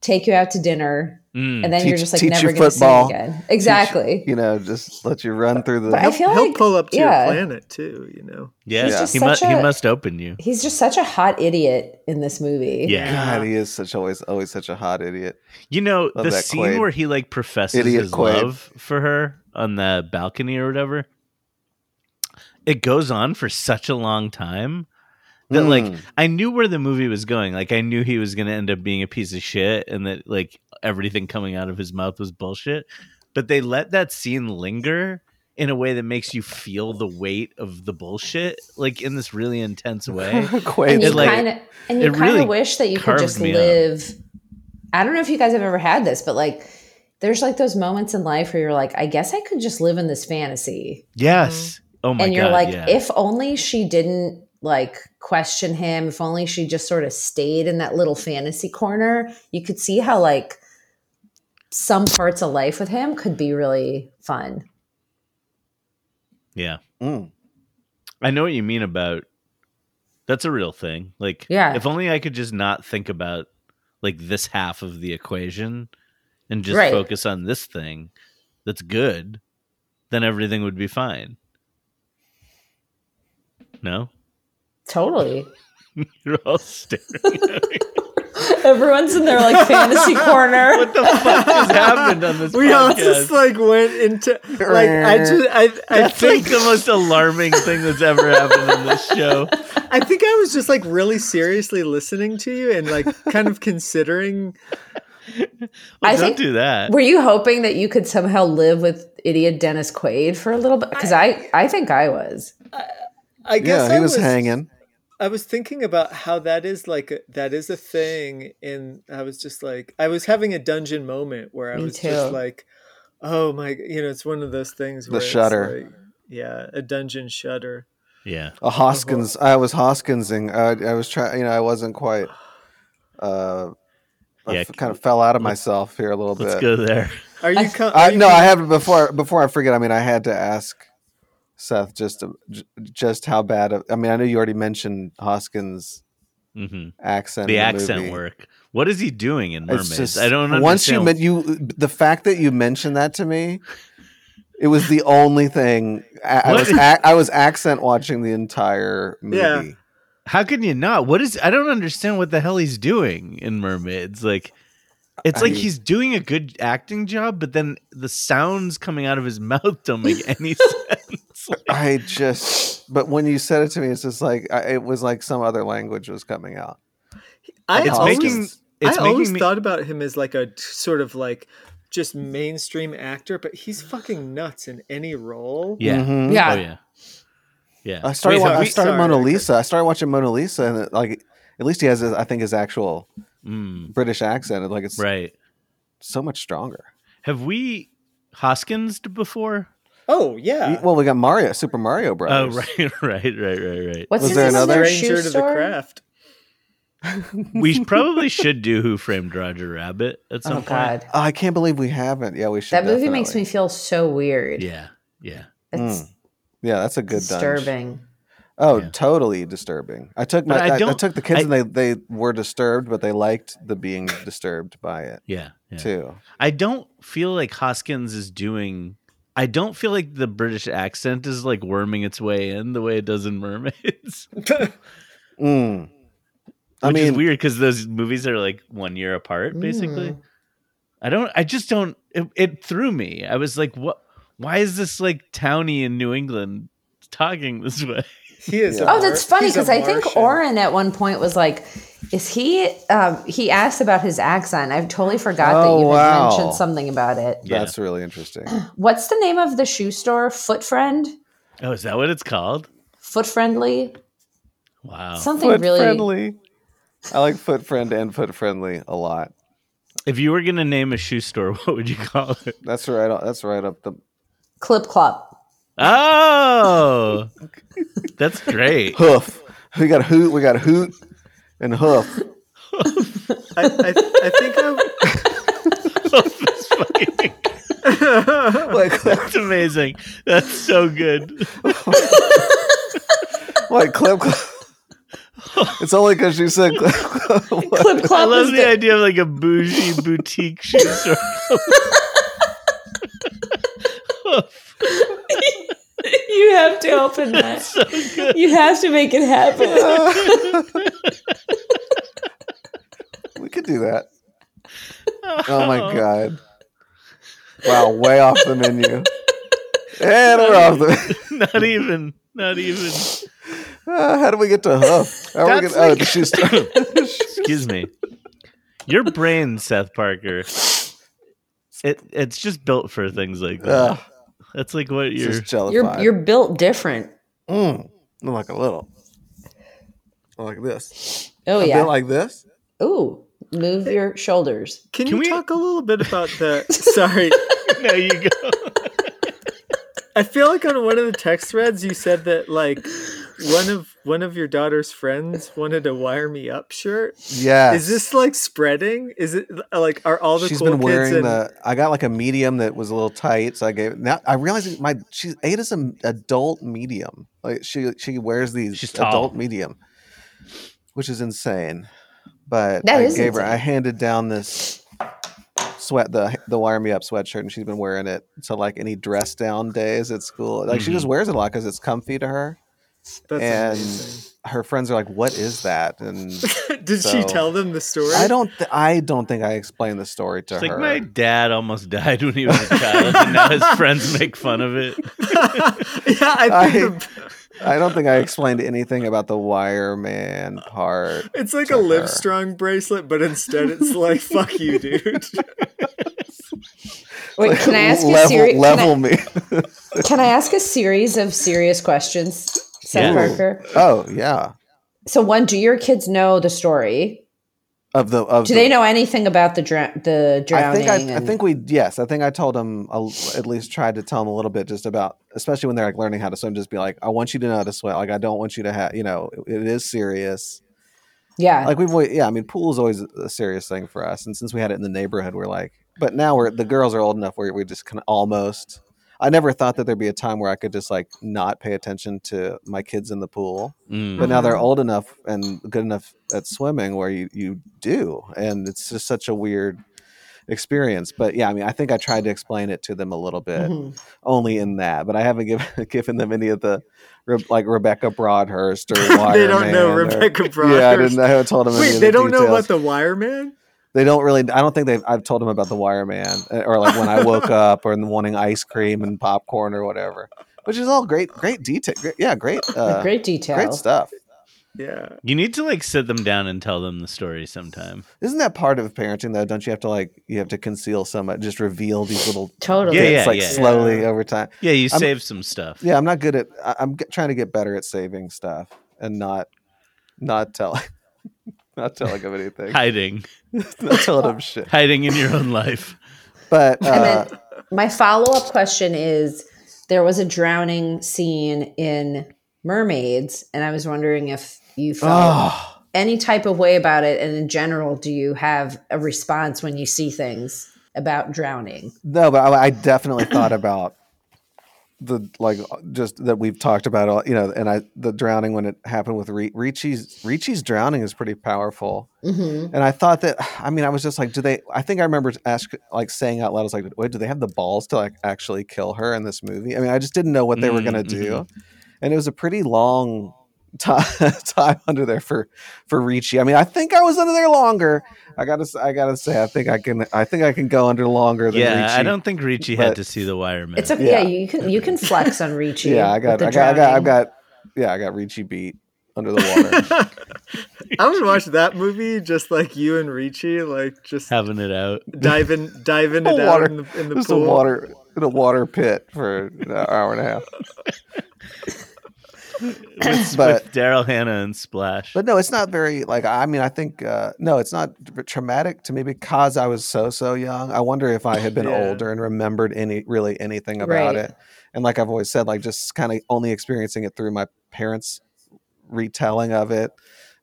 C: take you out to dinner,
A: Mm.
C: and then you're
D: Teach-
C: just like
D: teach
C: never
D: you
C: going to see him
D: football.
C: again. Exactly.
D: You know, just let you run through the.
C: But I
B: he'll,
C: feel
B: he'll
C: like-
B: pull up to
C: yeah.
B: your planet too, you know.
A: yeah.
D: He's just
A: He, mu-
C: such
A: he
C: a-
A: must open you.
C: He's just such a hot idiot in this movie.
A: Yeah.
D: God, he is such always always such a hot
B: *laughs*
D: idiot.
A: You know
D: Love
A: the
D: that
A: scene
D: Quaid.
A: where he like professes
D: Idiot
A: his
D: Quaid.
A: love for her on the balcony or whatever. it goes on for such a long time that like
D: Mm.
A: I knew where the movie was going. Like I knew he was going to end up being a piece of shit and that like everything coming out of his mouth was bullshit. But they let that scene linger in a way that makes you feel the weight of the bullshit like in this really intense
C: *laughs*
A: way.
D: Quaid's
C: and you
A: It, like,
C: kind of and you
A: it
C: kind of
A: really
C: wish that you could
A: carved
C: just
A: me up.
C: live. I don't know if you guys have ever had this, but like, there's like those moments in life where you're like, I guess I could just live in this fantasy,
A: yes. Oh my
C: and you're
A: god.
C: like,
A: yeah.
C: if only she didn't like question him. If only she just sort of stayed in that little fantasy corner. You could see how like some parts of life with him could be really fun.
A: yeah.
D: Mm.
A: I know what you mean about that's a real thing. Like
C: Yeah.
A: if only I could just not think about like this half of the equation and just
C: Right.
A: focus on this thing that's good, then everything would be fine. No? *laughs*
C: Totally.
A: You're all staring.
C: Everyone's in their
A: *laughs*
C: like fantasy corner.
A: what the fuck has happened on this
B: we all
A: podcast?
B: just like went into like I just I I
A: that's like
B: think
A: the most alarming thing that's ever happened on this show.
B: I think I was just like really seriously listening to you and like kind of considering
A: Well,
C: I
A: don't
C: think-
A: do that.
C: Were you hoping that you could somehow live with idiot Dennis Quaid for a little bit? Because I, I think I was.
B: I guess
D: Yeah,
B: I
D: he was hanging.
B: I was thinking about how that is like a, that is a thing, and I was just like, I was having a dungeon moment where I
C: Me
B: was
C: too.
B: just like, oh my, you know, it's one of those things.
D: The
B: where it's
D: shudder.
B: like- yeah, a dungeon shudder.
A: Yeah.
D: A Hoskins. I was Hoskinsing. I, I was trying. You know, I wasn't quite. Uh, I
A: Yeah,
D: f- kind of fell out of myself here a little
A: Let's
D: bit.
A: go there.
B: Are you?
C: I-
B: Com-
D: I,
B: are you
D: no,
B: com-
D: I haven't before. Before I forget, I mean, I had to ask Seth just j- just how bad. Of, I mean, I know you already mentioned Hoskins'
A: hmm
D: accent.
A: the
D: in
A: accent
D: movie.
A: work. What is he doing in
D: It's
A: Mermaids?
D: just-
A: I don't understand.
D: Once you men- you the fact that you mentioned that to me, it was the only thing I, I
A: What?
D: was. ac I was accent watching the entire movie.
B: Yeah.
A: how can you not? What is? I don't understand what the hell he's doing in Mermaids. Like, it's
D: I-
A: like he's doing a good acting job, but then the sounds coming out of his *laughs* mouth don't make
D: *laughs*
A: any sense. Like,
D: I just. But when you said it to me, it's just like I, it was like some other language was coming out.
B: I
A: it's
B: always,
A: making. It's
B: I always
A: making me.
B: thought about him as like a t- sort of like just mainstream actor, but he's fucking nuts in any role.
A: yeah.
D: Mhm.
A: Oh
C: Yeah.
A: yeah. Yeah.
D: I started.
A: Wait,
D: wa-
A: have
D: I
A: we-
D: started
B: sorry,
D: Mona
B: I could-
D: Lisa. I started watching Mona Lisa, and it, like at least he has, his, I think, his actual
A: Mm,
D: British accent. And like it's
A: right.
D: so much stronger.
A: Have we Hoskinsed before?
B: Oh yeah.
D: Well, we got Mario, Super Mario Brothers.
A: Oh *laughs* right, right, right, right,
C: *laughs*
A: right.
C: What's
D: Was
C: his
D: there
C: name? Isn't
D: another?
C: there a shoe
B: Stranger to the
C: store?
B: craft. *laughs*
A: we probably should do Who Framed Roger Rabbit at some
C: Oh
A: point.
C: God,
D: Oh, I can't believe we haven't. Yeah, we should.
C: that movie makes me
D: definitely.
C: feel so weird.
A: Yeah. Yeah.
C: It's
D: Mm. Yeah, that's a good disturbing.
C: disturbing.
D: Oh,
A: Yeah.
D: totally disturbing. I took my.
A: But I
D: I, I
A: don't-
D: took the kids,
A: I-
D: and they they were disturbed, but they liked the being disturbed by it
A: Yeah. yeah.
D: too.
A: I don't feel like Hoskins is doing. I don't feel like the British accent is like worming its way in the way it does in Mermaids. *laughs* Which
D: Mm. I
A: is
D: mean, Hmm.
A: weird because those movies are like one year apart, basically.
C: Mm.
A: I don't. I just don't. It, it threw me. I was like, what? Why is this like townie in New England talking this way? *laughs*
B: He is. a
D: Yeah.
C: Oh, that's
B: Mar-
C: funny
B: he's a
C: because I think
B: Martian.
C: Oren at one point was like, "Is he?" Um, he asked about his accent. I've totally forgot
D: Oh,
C: that you had
D: wow.
C: mentioned something about it.
A: Yeah.
D: that's really interesting.
C: What's the name of the shoe store? Foot Friend,
A: Oh, is that what it's called?
C: Foot Friendly,
A: Wow.
C: something really.
D: Uh, friendly. I like foot friend and foot friendly a lot.
A: If you were gonna name a shoe store, *laughs* what would you call it?
D: That's right. o- That's right up the.
C: Clip Clop.
D: *laughs*
A: Oh, that's great.
D: hoof. We got hoot. We got hoot and hoof.
B: I, I, I think *laughs* I.
A: That's fucking-
D: Like
A: That's amazing. That's so good.
D: like clip. clop. It's only because you said clip. clop. What?
C: Clip
A: I
C: Clop
A: love
C: is
A: the
C: the,
A: idea of like a bougie boutique shoe
D: *laughs*
A: store.
C: *laughs* you have to
D: *laughs*
C: open that. you have to make it happen.
D: we could do that.
A: Oh.
D: Oh my god! Wow, way off the menu. And we're
A: *laughs*
D: off the. *laughs*
A: not even. Not even.
D: Uh, how do we get to Hoof? How are we
A: That's
D: gonna,
A: like-
D: oh,
A: *laughs*
D: she's
A: Excuse me. Your brain, Seth Parker. It it's just built for things like that.
D: uh,
A: That's like what *laughs*
D: she's
A: you're.
D: jellified.
C: You're you're built different.
D: Mm. I'm like a little. I'm like this.
C: Oh
D: A bit
C: yeah.
D: like this.
C: Ooh, move your shoulders.
B: Can,
A: Can
B: you
A: we-
B: talk a little bit about the? Sorry,
A: There you
D: *laughs*
A: go.
B: I feel like on one of the text threads you said that like one of one of your daughter's friends wanted a wire me up shirt.
D: Yeah.
B: Is this like spreading? Is it like are all the
D: She's
B: cool
D: been wearing
B: kids in
D: the. I got like a medium that was a little tight, so I gave. Now I realize my she's Ada's an adult medium. Like she she wears these
A: She's tall.
D: adult medium, which is insane. But
C: That
D: I
C: is
D: gave her. I
C: insane.
D: handed down this sweat the the wire me up sweatshirt, and she's been wearing it to like any dress down days at school. Like she just
A: Mm-hmm.
D: wears it a lot because it's comfy to her.
B: That's
D: and
B: amazing.
D: her friends are like, "What is that?" And
B: *laughs* Did she
D: so-
B: tell them the story?
D: I don't. Th- I don't think I explained the story to
A: It's
D: her.
A: like my dad almost died when he was a child, and now his friends make fun of it.
B: *laughs* yeah, I think
D: I-
B: the-
D: I don't think I explained anything about the wireman part.
B: It's like
D: to
B: a
D: her.
B: Livestrong bracelet, but instead it's
D: *laughs*
B: like "fuck you, dude." *laughs*
C: Wait, can I ask
D: level,
C: a seri- can I-
D: level me?
C: Can, I, ask a series of serious questions, Seth
A: Yeah.
C: Parker?
D: Oh yeah,
C: So one, do your kids know the story?
D: of the of
C: Do
D: the,
C: they know anything about the drown the
D: I
C: drowning?
D: think I, I
C: and-
D: think we yes I think I told them a, at least tried to tell them a little bit just about especially when they're like learning how to swim just be like I want you to know how to swim like I don't want you to have you know it- it is serious
C: yeah.
D: like we've always, yeah I mean pool is always a serious thing for us and since we had it in the neighborhood we're like but now we're the girls are old enough where we just can almost I never thought that there'd be a time where I could just like not pay attention to my kids in the pool
A: Mm.
D: but now
B: Mm-hmm.
D: they're old enough and good enough at swimming where you, you do and it's just such a weird experience but yeah i mean i think i tried to explain it to them a little bit
B: Mm-hmm.
C: Mhm.
D: only in that but i haven't given *laughs* given them any of the Re- like rebecca broadhurst or
B: *laughs* they don't
D: Wireman
B: know
D: or-
B: Rebecca Broadhurst.
D: *laughs* yeah i didn't i haven't told them any
B: Wait,
D: of
B: they
D: the
B: don't know
D: details.
B: about the Wireman.
D: they don't really i don't think they've i've told them about the wireman uh, or like when
B: *laughs*
D: i woke up or wanting ice cream and popcorn or whatever which is all great great detail great,
B: *laughs*
D: yeah great uh,
C: Great detail.
D: great stuff
B: Yeah,
A: You need to like sit them down and tell them the story sometime.
D: Isn't that part of parenting though? Don't you have to like you have to conceal some, just reveal these little
C: Totally.
A: Yeah, yeah,
D: bits like
A: yeah.
D: slowly
B: Yeah.
D: over time?
A: Yeah, you
D: I'm-
A: save some stuff.
D: Yeah, I'm not good at. I, I'm get, trying to get better at saving stuff and not not telling *laughs* not telling
A: *laughs*
D: them anything,
A: Hiding,
D: not telling them shit.
A: hiding in your own life.
B: *laughs*
D: But
C: And
D: uh,
C: then my follow up question is there was a drowning scene in Mermaids, and I was wondering if
B: *laughs*
C: you felt
A: Ah.
D: oh,
C: any type of way about it. And in general, do you have a response when you see things about drowning?
D: no, but I, I definitely thought about the like just that we've talked about all you know, and I the drowning when it happened with Re- Ricci's Ricci's drowning is pretty powerful.
C: Mm-hmm.
D: And I thought that, I mean, I was just like, do they? I think I remember ask, like saying out loud, I was like, wait, do they have the balls to like actually kill her in this movie? I mean, I just didn't know what they were
A: Mm,
D: going to do,
A: mm-hmm.
D: and it was a pretty long time, *laughs* time under there for for Ricci. I mean, I think I was under there longer. I gotta, s- I gotta say, I think I can, I think I can go under longer than
A: Yeah,
D: Ricci.
A: I don't think Ricci had
D: but-
A: to see the Wireman.
C: It's okay. Yeah.
D: Yeah.
C: you can you can flex on Ricci.
D: Yeah, I
C: with
D: got,
C: the
D: I got, I got, I
C: drowning.
D: got, yeah, I got Ricci beat under the *laughs* water.
B: I would watch that movie just like you and Ricci, like
A: *laughs*
B: just
A: having it
C: *clears throat*
A: out.
B: diving diving
D: The
B: it
D: water-
B: out in the, in the
D: Just a
B: pool.
D: water in a water pit for an hour and a half. But-
A: with Daryl Hannah and Splash.
D: But no, it's not very like I mean I think uh, no, it's not tr- traumatic to me because I was so so young. I wonder if I had been
B: Yeah.
D: older and remembered any really anything about
C: Right.
D: it. And like I've always said, like just kind of only experiencing it through my parents' retelling of it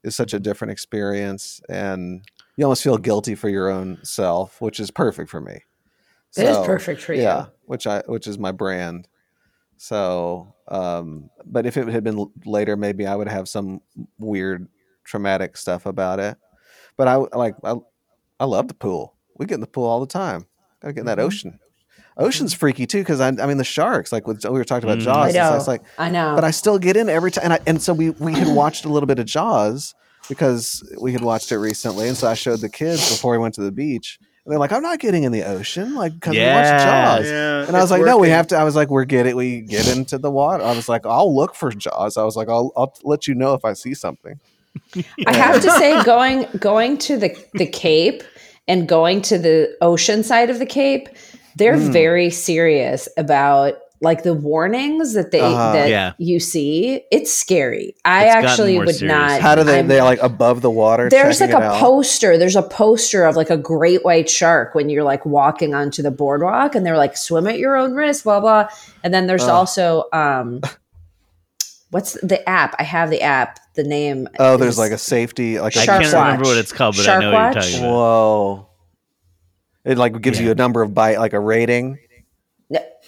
D: is such a different experience, and you almost feel guilty for your own self, which is perfect for me.
C: It is
D: So,
C: perfect for you.
D: yeah, which I which is my brand. So, um, but if it had been l- later, maybe I would have some weird traumatic stuff about it. But I like I, I love the pool. We get in the pool all the time. Gotta get in that
C: Mm-hmm.
B: Mhm.
D: ocean. Ocean's freaky too because I, I mean the sharks. Like with, we were talking about
A: Mm.
D: Jaws.
C: I
D: It's,
C: know.
D: it's like,
C: I know.
D: but I still get in every time. And, I, and so we we had watched a little bit of Jaws because we had watched it recently, and so I showed the kids before we went to the beach. And they're like, I'm not getting in the ocean, like because
A: Yeah.
D: we watched Jaws.
B: Yeah,
D: And I was
B: it's
D: like, no, we
B: working.
D: have to. I was like, we're getting, we get into the water. I was like, I'll look for Jaws. I was like, I'll, I'll let you know if I see something.
C: I have to say,
D: *laughs*
C: going going to the the Cape and going to the ocean side of the Cape, they're
D: Mm.
C: very serious about like the warnings that they
D: Uh-huh.
C: that
A: Yeah.
C: you see. It's scary. I
A: It's gotten
C: actually
A: more
C: would
A: serious.
C: not.
D: How do they?
C: I'm-
D: they like above the water.
C: there's like
D: checking
C: a
D: it out?
C: poster. There's a poster of like a great white shark when you're like walking onto the boardwalk, and they're like swim at your own risk, blah blah. And then there's
D: Ugh.
C: also
D: *laughs*
C: um, what's the app? I have the app. The name.
D: Oh, there's
C: is-
D: like a safety, like
A: I
D: a
C: Shark
A: can't remember
C: Watch.
A: what it's called, but I
C: Shark
A: know what you're
C: Watch?
A: talking about.
D: Whoa. It like gives
A: Yeah.
D: you a number of bite, like a rating.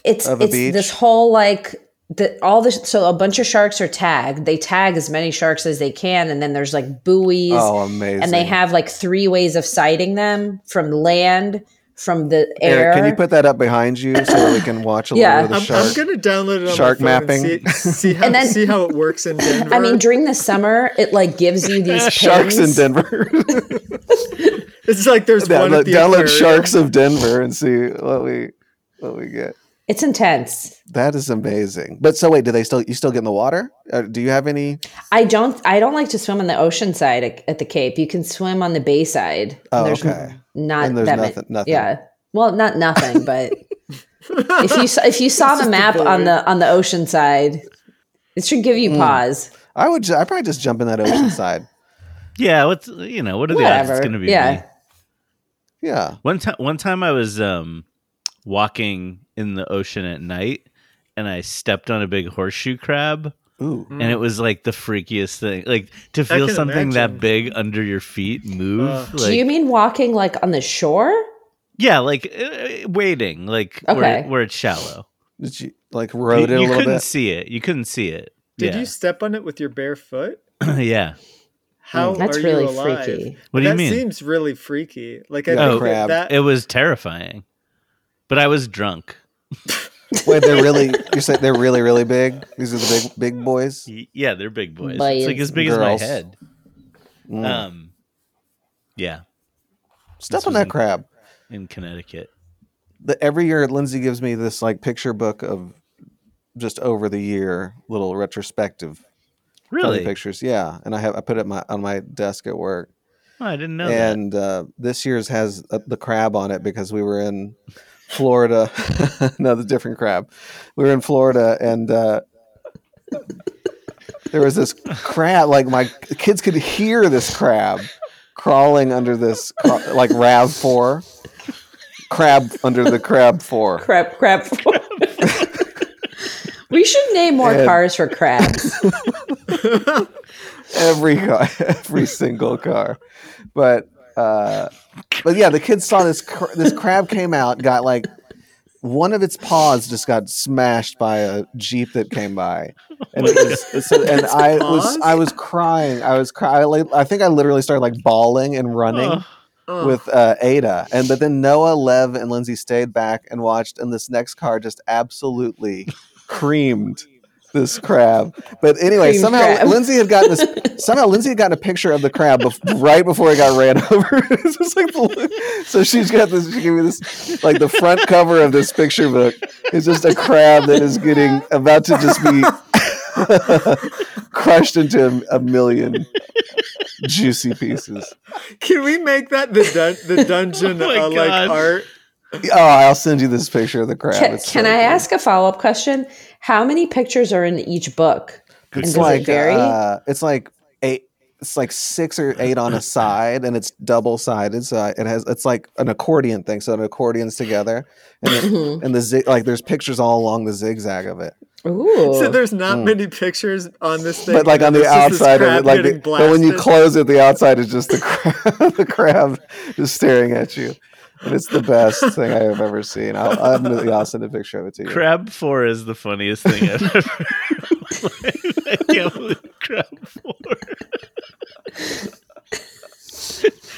C: it's
D: of a
C: it's
D: beach?
C: this whole like the all this so a bunch of sharks are tagged they tag as many sharks as they can and then there's like buoys
D: Oh, amazing!
C: and they have like three ways of sighting them from land from the air
D: Eric, can you put that up behind you so that we can watch a little
C: Yeah.
D: bit of
B: I'm,
D: the shark?
B: I'm gonna download it on
D: Shark
B: my phone and
D: mapping.
B: see,
D: *laughs*
B: see how
C: And then-
B: see how it works in Denver.
C: *laughs* I mean, during the summer, it like gives you these
D: Sharks in
C: pings.
B: *laughs*
D: Denver.
B: it's like there's one
D: download
B: at the
D: download
B: aquarium.
D: Sharks of Denver and see what we what we get.
C: It's intense.
D: That is amazing. But so wait, do they still you still get in the water? Uh, do you have any?
C: I don't. I don't like to swim on the ocean side at, at the Cape. You can swim on the bay side. and
D: Oh,
C: there's
D: okay.
C: Not
D: And there's
C: that ma-
D: nothing- nothing.
C: Yeah. Well, not nothing, but if you saw, if you saw
B: It's just
C: the map
B: a
C: on
B: void.
C: the on the ocean side, it should give you
D: Mm.
C: pause.
D: I would. Ju- I probably just jump in that
B: *coughs*
D: ocean side.
A: Yeah, what's you know what are the odds
C: Whatever.
A: it's going to be?
C: yeah.
A: me?
D: Yeah.
A: One time, one time I was um, walking in the ocean at night, and I stepped on a big horseshoe crab,
D: Ooh.
A: and it was like the freakiest thing. Like to feel
B: can
A: something
B: imagine.
A: that big under your feet move.
B: Ugh.
A: like,
C: Do you mean walking like on the shore?
A: yeah, like uh, wading, like where,
C: Okay.
A: where it's shallow.
D: Did you like
A: You,
D: rode it a
A: you
D: little
A: couldn't
D: bit?
A: see it. You couldn't see it. *clears throat*
B: Did
A: yeah,
B: you step on it with your bare foot?
A: yeah.
B: How
C: Mm, That's
B: Oh, are
C: really
B: you alive?
C: freaky.
A: What do you
B: that
A: mean?
B: seems really freaky. Like I
D: Yeah,
B: think
D: crab.
B: that, that
A: It was terrifying, but I was drunk.
D: Wait, they're really. You said they're really really big. These are the big
A: *laughs*
D: big boys.
A: Y- Yeah, they're big boys.
C: Boys.
A: It's like as big
D: Girls.
A: as my head.
D: Mm.
A: Um, yeah,
D: Step
A: this
D: on
A: was
D: that
A: in-
D: crab.
A: in Connecticut.
D: the, every year Lindsay gives me this like picture book of just over the year little retrospective funny
A: Really?
D: pictures. Yeah, and I have I put it my, on my desk at work.
A: Oh, I didn't know that.
D: and uh, this year's has uh, the crab on it because we were in Florida. *laughs* no, the different crab. We were in Florida and. Uh, There was this crab, like my kids could hear this crab crawling under this, cra- like Rav Four, crab under the Crab Four.
C: Crap, crap. *laughs* we should name more
D: Yeah.
C: cars for crabs.
D: every car, *laughs* every single car. But uh, but yeah, the kids saw this cr- this crab came out, got like one of its paws just got smashed by a jeep that came by, and it was it's- and I was
B: paws?
D: I was crying. I was crying. I, like, I think I literally started like bawling and running.
A: Oh,
B: Ugh.
D: With uh, Ada, and but then Noah, Lev, and Lindsay stayed back and watched, and this next car just absolutely creamed this crab. But anyway,
C: Creamed
D: somehow
C: crab.
D: Lindsay had gotten this. Somehow Lindsay had gotten a picture of the crab bef- right before it got ran *laughs* over. It's just like the- so she's got this. She gave me this like the front cover of this picture book is just a crab that is getting about to just be *laughs* crushed into a, a million juicy pieces.
B: *laughs* Can we make that the
A: *laughs*
B: dun- the dungeon
A: Oh my
B: uh, like
A: God.
B: art?
D: Oh, I'll send you this picture of the crab.
C: Can,
D: It's
C: can
D: so
C: I
D: good.
C: ask a follow up question? How many pictures are in each book? And
D: It's
C: does
D: like
C: it vary?
D: Uh, it's like eight. It's like six or eight on a side, and it's double sided. So I- it has it's like an accordion thing. So an accordion's together, and the, and the zig, like there's pictures all along the zigzag of it.
C: Ooh.
B: So there's not many pictures on this thing,
D: hmm. but like
B: and
D: on the
B: it's just this
D: outside of
B: crab
D: it, like the,
B: getting
D: but when you
B: blasted.
D: close it, the outside is just the crab, *laughs* the crab just staring at you, and it's the best thing I have ever seen. I'll, I'm gonna, I'll send a picture of it to
A: *laughs*
D: you.
A: Crab four is the funniest thing I've ever. I *laughs* can't believe crab four. *laughs*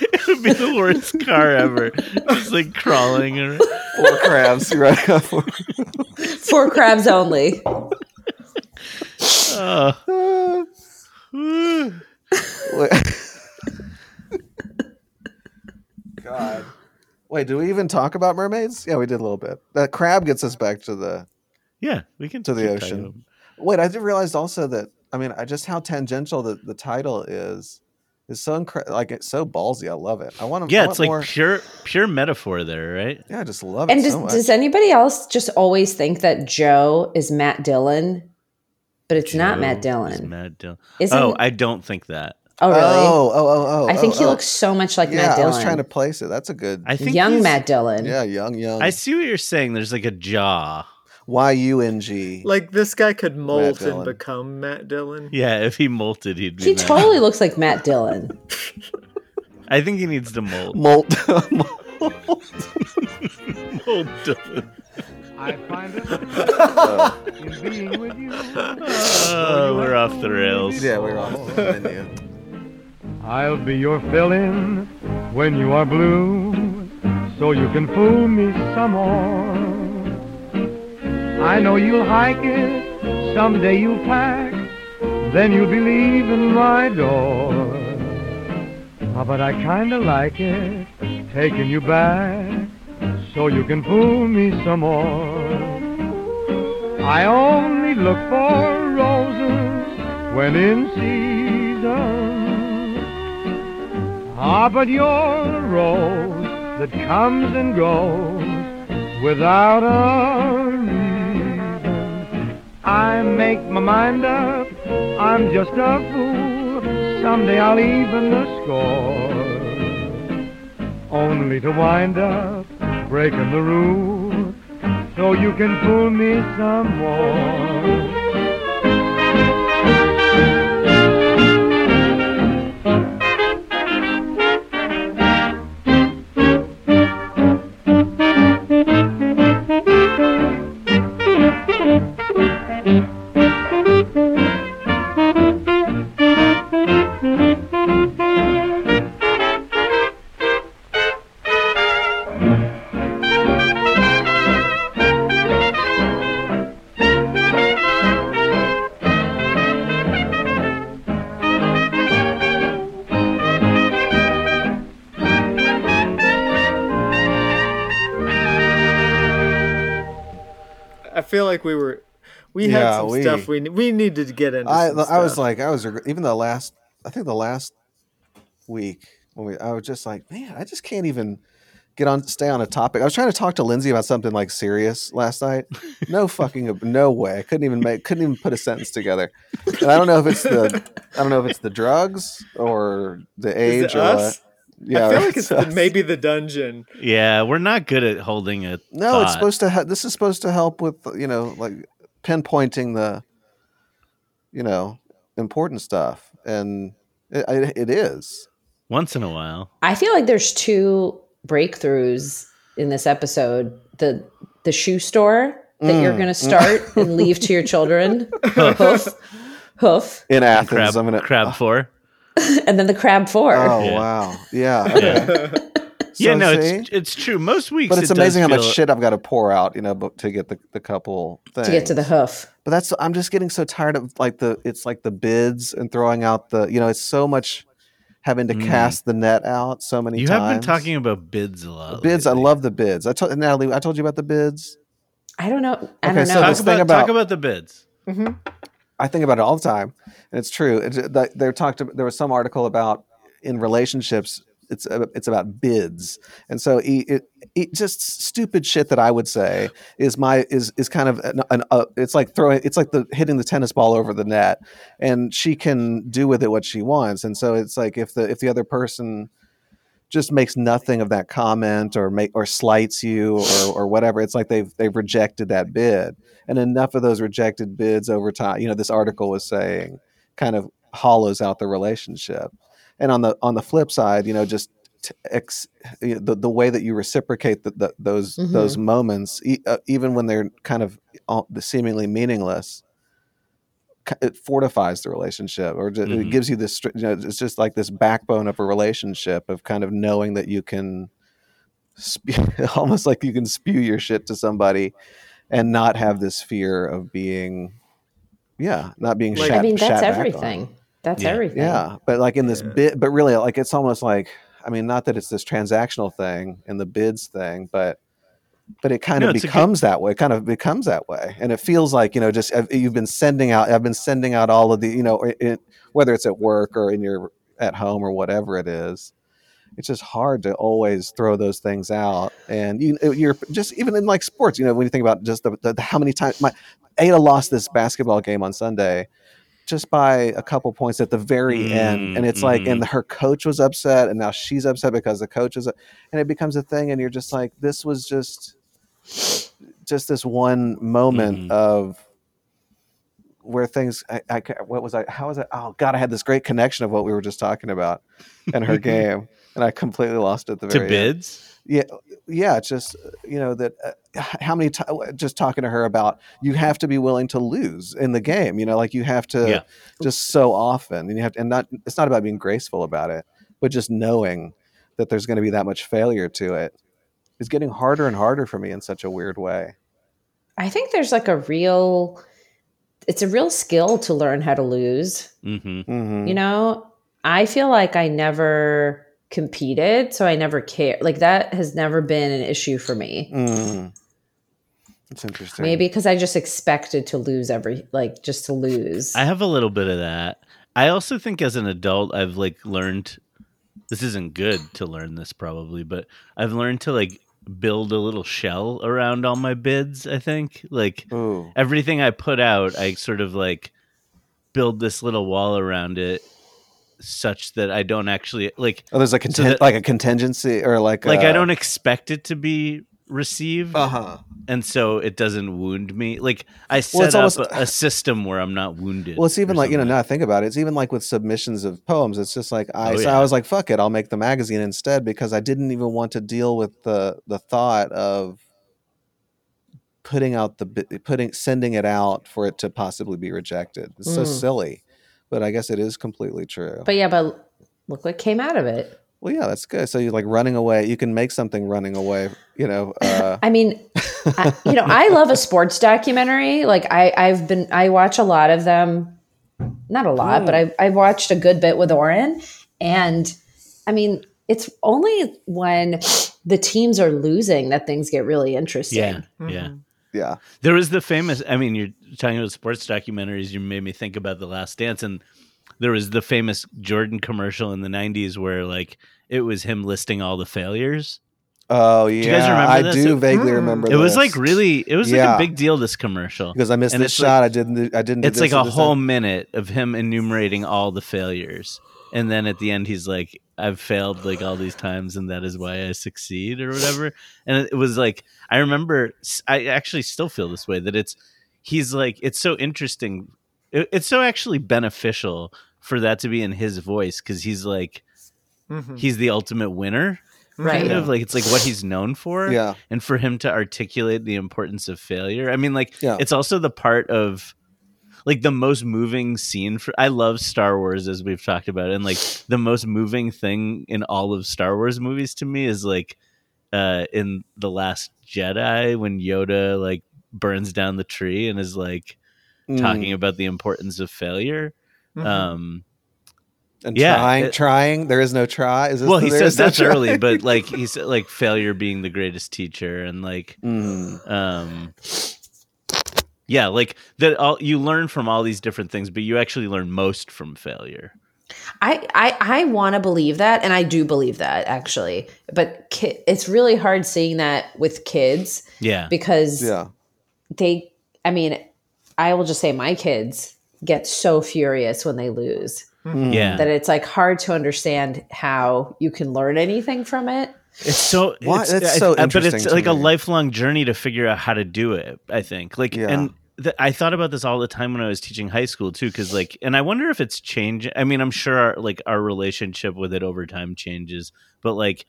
A: it would be the worst car ever. Just like crawling around.
D: Four crabs, right? *laughs*
C: Four crabs only.
A: Oh. Whew.
D: God. Wait, do we even talk about mermaids? Yeah, we did a little bit. That crab gets us back to the
A: Yeah, we can
D: to the
A: keep talking
D: ocean.
A: about-
D: Wait, I did realize also that I mean, I just how tangential the, the title is is so incredible. Like it's so ballsy. I love it. I want to.
A: Yeah, it's like
D: more.
A: pure pure metaphor there, right?
D: Yeah, I just love it
C: And does,
D: so much.
C: does anybody else just always think that Joe is Matt Dillon? But it's not Matt
A: Joe is
C: Dillon.
A: Matt Dillon.
C: Isn't,
A: Oh, I don't think that.
C: oh, really?
D: Oh, oh, oh, oh.
C: I think
D: oh,
C: he
D: oh.
C: looks so much like
D: yeah,
C: Matt
D: I
C: Dillon.
D: was trying to place it. That's a good.
A: I think
C: young
A: he's-
C: Matt Dillon.
D: yeah, young, young.
A: I see what you're saying. There's like a jaw.
D: Y U N G.
B: Like this guy could molt and
D: Dillon.
B: become Matt Dillon.
A: Yeah, if he molted, he'd be.
C: He
A: Matt.
C: totally looks like Matt Dillon.
A: I think he needs to *laughs*
D: *laughs*
A: molt.
D: Molt.
A: Molt *laughs* Dillon.
E: I find a delight in being with you.
A: Oh, we're off the rails.
D: yeah, we're off the menu.
E: I'll be your fill-in when you are blue, so you can fool me some more. I know you'll hike it, someday you'll pack, then you'll be leaving my door. Ah, but I kinda like it, taking you back, so you can fool me some more. I only look for roses when in season. Ah, but you're a rose that comes and goes without a reason. I make my mind up, I'm just a fool. Someday I'll even the score. Only to wind up breaking the rule so you can fool me some more.
B: I feel like we were, we had
D: Yeah,
B: some
D: we-
B: stuff we we needed to get into.
D: I
B: some
D: I was
B: stuff.
D: like I was reg- even the last I think the last week when we I was just like man I just can't even get on stay on a topic. I was trying to talk to Lindsay about something like serious last night.
B: *laughs*
D: No fucking no way. I couldn't even make couldn't even put a sentence together. And I don't know if it's the I don't know if it's the drugs or the
B: Is it
D: age or
B: us?
D: what. yeah.
B: I feel
D: right,
B: like
D: *laughs*
B: it's the,
D: us.
B: maybe the dungeon.
A: Yeah, we're not good at holding it.
D: no. It's supposed to. He- this is supposed to help with you know like pinpointing the you know important stuff, and it, it, it is.
A: once in a while.
C: I feel like there's two breakthroughs in this episode. The the shoe store that you're
D: Mm.
C: gonna
D: *laughs*
C: start and leave to your children. hoof. Hoof.
D: in Athens.
A: Crab,
D: I'm gonna
A: crab
D: Oh,
A: four.
C: And then the crab four.
D: *laughs* Oh
A: Yeah.
D: wow, yeah,
A: Yeah.
D: okay.
A: yeah,
D: So
A: no,
D: see?
A: it's it's true. Most weeks,
D: but it's
A: it does
D: amazing how much
A: feel-
D: shit I've got to pour out, you know, bu- to get the, the couple things.
C: to get to the hoof.
D: but that's I'm just getting so tired of like the it's like the bids and throwing out the you know it's so much having to
A: Mm.
D: cast the net out so many.
A: You
D: times.
A: have been talking about bids a lot.
D: bids. I
A: lately.
D: love the bids. I told Natalie. I told you about the bids.
C: I don't know. I
D: Okay,
C: don't
D: so
C: know.
A: Talk
D: this thing
A: about, talk
D: about-
A: about the bids.
D: I think about it all the time, and it's true. It's, uh, that- there talked. There was some article about in relationships. It's uh, it's about bids, and so e it, it just stupid shit that I would say is my is is kind of an, an uh, it's like throwing it's like the hitting the tennis ball over the net, and she can do with it what she wants, and so it's like if the if the other person just makes nothing of that comment or make or slights you or or whatever, it's like they've they've rejected that bid and enough of those rejected bids over time you know this article was saying kind of hollows out the relationship and on the on the flip side you know just t- ex, you know, the, the way that you reciprocate the, the, those
C: Mhm.
D: those moments e- uh, even when they're kind of all, seemingly meaningless ki- it fortifies the relationship or ju- it
A: Mhm.
D: gives you this str- you know it's just like this backbone of a relationship of kind of knowing that you can spew, *laughs* almost like you can spew your shit to somebody and not have this fear of being yeah not being
B: Like-
D: shat,
C: I mean,
D: shat
C: that's
D: back on.
C: everything. That's
A: Yeah.
C: everything.
D: yeah but like in this
B: Yeah.
D: bit but really like it's almost like I mean, not that it's this transactional thing and the bids thing, but but it kind
A: No,
D: of
A: it's a good-
D: becomes that way. It kind of becomes that way, and it feels like you know, just I've- you've been sending out. I've been sending out all of the you know, it, it, whether it's at work or in your at home or whatever it is. It's just hard to always throw those things out, and you, uh, you're just even in like sports. You know, when you think about just the, the how many times my Ada lost this basketball game on Sunday, just by a couple points at the very
A: Mm,
D: end. And it's like, and her coach was upset, and now she's upset because the coach is, and it becomes a thing. And you're just like, this was just, just this one
A: Mhm.
D: moment of where things. I, I ca- what was I? How was I? Oh God, I had this great connection of what we were just talking about and her game, and I completely lost it at the
A: to
D: very end
A: bids.
D: yeah yeah it's just uh, you know that uh, h- how many ti- just talking to her about you have to be willing to lose in the game you know like you have to
A: Yeah.
D: just so often and you have to, and not it's not about being graceful about it but just knowing that there's going to be that much failure to it is getting harder and harder for me in such a weird way
C: I think there's like a real, it's a real skill to learn how to lose.
A: hmm
D: Mhm.
C: You know, I feel like I never competed, so I never care. Like that has never been an issue for me.
D: Mm. it's interesting
C: Maybe because I just expected to lose every, like just to lose.
A: I have a little bit of that. I also think as an adult, I've like learned. This isn't good to learn this probably, but I've learned to like build a little shell around all my bids. I think like
D: Ooh.
A: everything I put out, I sort of like build this little wall around it, such that I don't actually like
D: oh there's a conten-
A: that-
D: like a contingency or like uh,
A: like
D: I
A: I don't expect it to be received,
D: uh-huh
A: and so it doesn't wound me. Like I set
D: Well, it's almost-
A: up a, a system where I'm not wounded.
D: Well, it's even
A: or
D: like you know.
A: something.
D: Now I think about it. It's even like with submissions of poems. It's just like I.
A: Oh,
D: so
A: yeah.
D: I was like, "Fuck it, I'll make the magazine instead" because I didn't even want to deal with the the thought of putting out the bi- putting sending it out for it to possibly be rejected. It's so
C: Mm.
D: silly, but I guess it is completely true.
C: but yeah, but look what came out of it.
D: well, yeah, that's good. So you're like running away. You can make something running away. You know. Uh,
C: I mean,
A: *laughs*
C: I, you know, I love a sports documentary. Like I, I've been, I watch a lot of them. Not a lot, but I, I watched a good bit with Oren, and I mean, it's only when the teams are losing that things get really interesting.
A: yeah, yeah.
D: yeah.
A: There was the famous. I mean, you're talking about sports documentaries. You made me think about The Last Dance, and there was the famous Jordan commercial in the '90s where like it was him listing all the failures.
D: Oh yeah.
A: you guys remember
D: I
A: this?
D: do
A: It-
D: vaguely
B: Mm.
D: remember.
A: It was
D: this.
A: like really. It was like
D: Yeah.
A: a big deal. This commercial.
D: because I missed
A: and
D: this
A: it's like-
D: shot. I didn't. do- I didn't. Do
A: It's
D: this
A: like
D: at
A: a
D: this
A: whole
D: time.
A: minute of him enumerating all the failures. And then at the end, he's like, I've failed like all these times, and that is why I succeed or whatever. And it was like, I remember, I actually still feel this way that it's, he's like, it's so interesting. It- It's so actually beneficial for that to be in his voice because he's like,
B: Mhm.
A: he's the ultimate winner,
B: Mm-hmm.
C: Right.
A: kind
D: Hmm. Yeah.
A: of like, it's like what he's known for
D: Yeah.
A: and for him to articulate the importance of failure. I mean, like
D: Yeah.
A: it's also the part of like the most moving scene for I love Star Wars as we've talked about, and
D: *sighs*
A: like the most moving thing in all of Star Wars movies to me is like uh in The Last Jedi when Yoda like burns down the tree and is like
D: Mm.
A: talking about the importance of failure.
B: Mhm.
D: Mm-hmm. uh,
A: Um
D: and
A: Yeah,
D: trying,
A: it-
D: trying. There is no try. Is this
A: well
D: the-
A: he
D: there
A: says
D: is no
A: that's
D: try?
A: early, but like he's like failure being the greatest teacher and like
D: *laughs* Mm.
A: um yeah like that all you learn from all these different things but you actually learn most from failure
C: I, I, I want to believe that, and I do believe that actually. But ki- it's really hard seeing that with kids
A: yeah
C: because
D: Yeah.
C: they i mean i will just say my kids get so furious when they lose
D: Mm.
A: yeah
C: that it's like hard to understand how you can learn anything from it
A: it's so
D: Why-
A: it's,
D: that's
A: I-
D: so
A: I- but it's
D: interesting to
A: like a
D: me.
A: lifelong journey to figure out how to do it i think like
D: Yeah.
A: and th- i thought about this all the time when i was teaching high school too because like and i wonder if it's changing i mean i'm sure our, like our relationship with it over time changes but like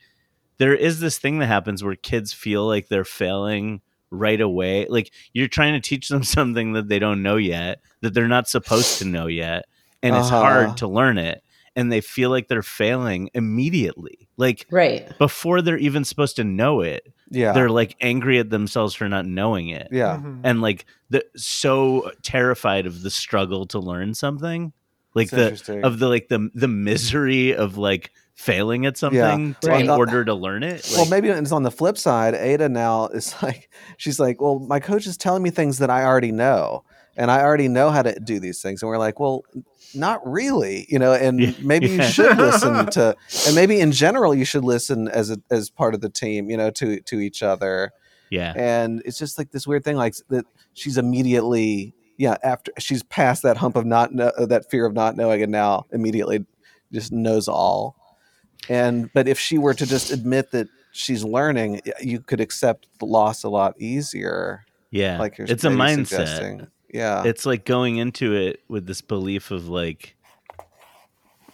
A: there is this thing that happens where kids feel like they're failing right away like you're trying to teach them *laughs* something that they don't know yet that they're not supposed to know yet and it's
D: Uh-huh.
A: hard to learn it and they feel like they're failing immediately like
C: right
A: before they're even supposed to know it
D: Yeah.
A: they're like angry at themselves for not knowing it
D: yeah.
B: Mhm.
A: and like the so terrified of the struggle to learn something like
D: It's
A: the
D: interesting.
A: of the like the the misery of like failing at something to- in
C: Right.
A: order to learn it.
D: well,
A: Like,
D: maybe it's on the flip side. Ada now is *laughs* like, she's like, well, my coach is telling me things that I already know, and I already know how to do these things. And we're like, well, not really, you know.
A: Yeah. *laughs*
D: And maybe you
A: Yeah.
D: should listen to, and maybe in general you should listen as a, as part of the team, you know, to to each other.
A: yeah.
D: And it's just like this weird thing, like that she's immediately, yeah, after she's past that hump of not know, that fear of not knowing, and now immediately just knows all. And but if she were to just admit that she's learning, you could accept the loss a lot easier.
A: Yeah.
D: Like you're
A: it's a
D: maybe
A: mindset.
D: suggesting. Yeah,
A: It's like going into it with this belief of like,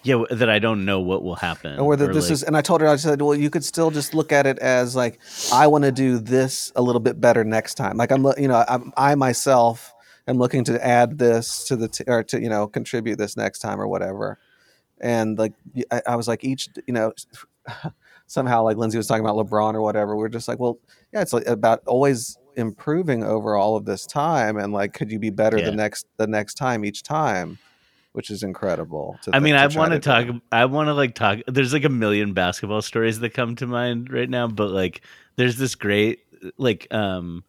A: yeah, w- that I don't know what will happen.
D: and whether
A: or,
D: this
A: like-
D: is, and I told her, I said, well, you could still just look at it as like, I want to do this a little bit better next time. Like I'm, lo- you know, I'm, I myself am looking to add this to the, t- or to, you know, contribute this next time or whatever. And like, y- I, I was like, each, you know, *laughs* somehow like Lindsay was talking about LeBron or whatever. We're just like, well, yeah, it's like about always improving over all of this time. And like, could you be better
A: Yeah.
D: the next, the next time each time? Which is incredible. To
A: I mean,
D: think-
A: I
D: try
A: want to
D: do.
A: talk. I want to like talk. There's like a million basketball stories that come to mind right now, but like, there's this great like um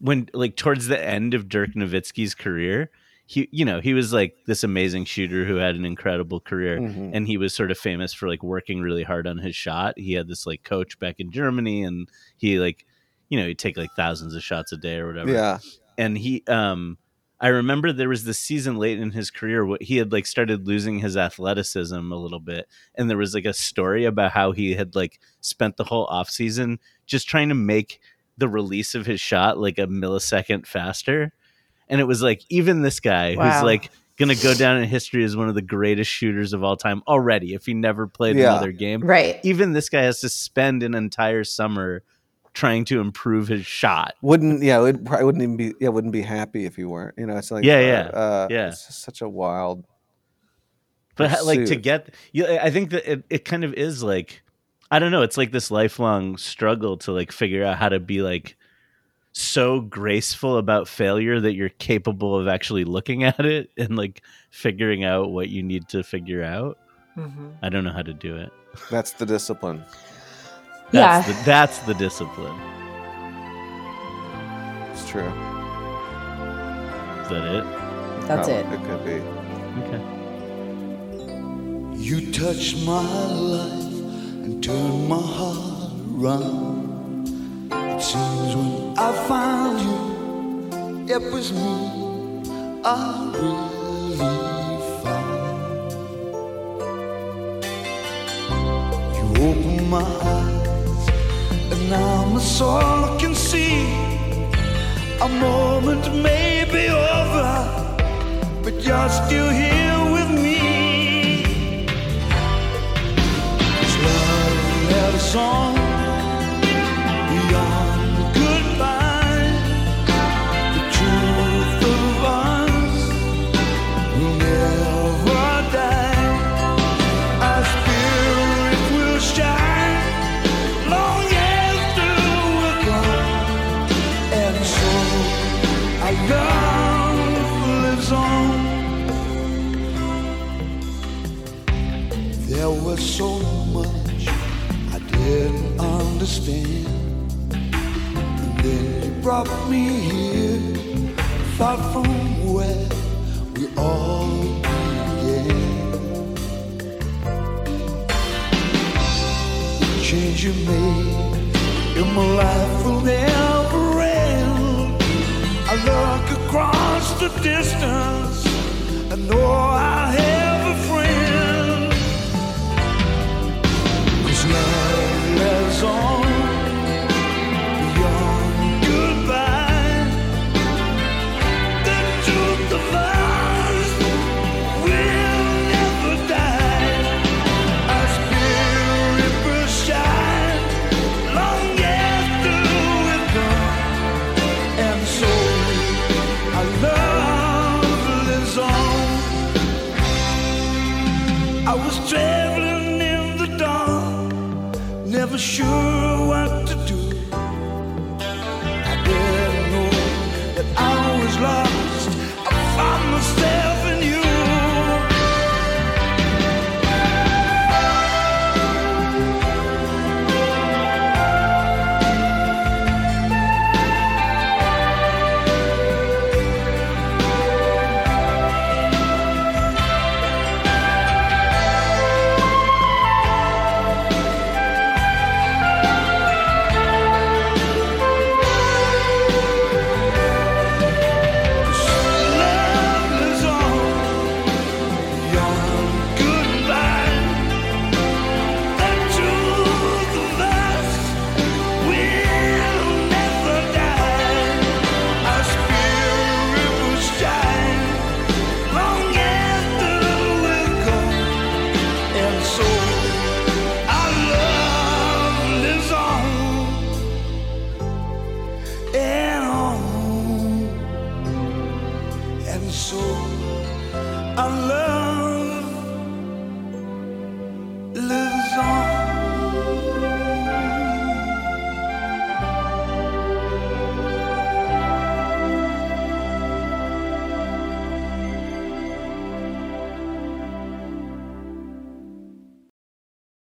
A: when like towards the end of Dirk Nowitzki's career, he you know he was like this amazing shooter who had an incredible career,
D: Mhm.
A: and he was sort of famous for like working really hard on his shot. He had this like coach back in Germany, and he like you know he'd take like thousands of shots a day or whatever
D: Yeah.
A: and he um I remember there was this season late in his career what he had like started losing his athleticism a little bit and there was like a story about how he had like spent the whole off season just trying to make the release of his shot like a millisecond faster and it was like even this guy who's
C: Wow.
A: like going to go down in history as one of the greatest shooters of all time already if he never played
D: Yeah.
A: another game
C: Right.
A: even this guy has to spend an entire summer trying to improve his shot
D: wouldn't yeah it probably wouldn't even be yeah wouldn't be happy if you weren't you know it's like
A: Yeah,
D: uh,
A: yeah,
D: uh,
A: yeah.
D: it's just such a wild
A: but ha- like to
D: pursuit.
A: get you i think that it, it kind of is like i don't know it's like this lifelong struggle to like figure out how to be like so graceful about failure that you're capable of actually looking *laughs* at it and like figuring out what you need to figure out
B: Mhm.
A: i don't know how to do it
D: that's the discipline
C: Yeah.
A: that's the, that's the discipline
D: it's true
A: is that
C: That's
D: Probably-
C: it.
D: it could be
A: it okay
F: You touch my life and turn my heart around. It seems when I found you, it was me I really found. You open my eyes, and now my soul can see. A moment may be over, but you're still here with me. It's love and a song beyond goodbye. The truth of us will never die. Our spirit will shine long after we're gone. And so our love lives on. There was so much I didn't understand. And then you brought me here, far from where we all began. The change you made in my life will never end. I look across the distance and know I have a friend. Cause love lives on beyond goodbye. The truth of us will never die. Our spirit will shine long after we're gone. And so our love lives on. I was traveling in the dark, never sure what to do. I didn't know that I was lost. I found myself in you. I love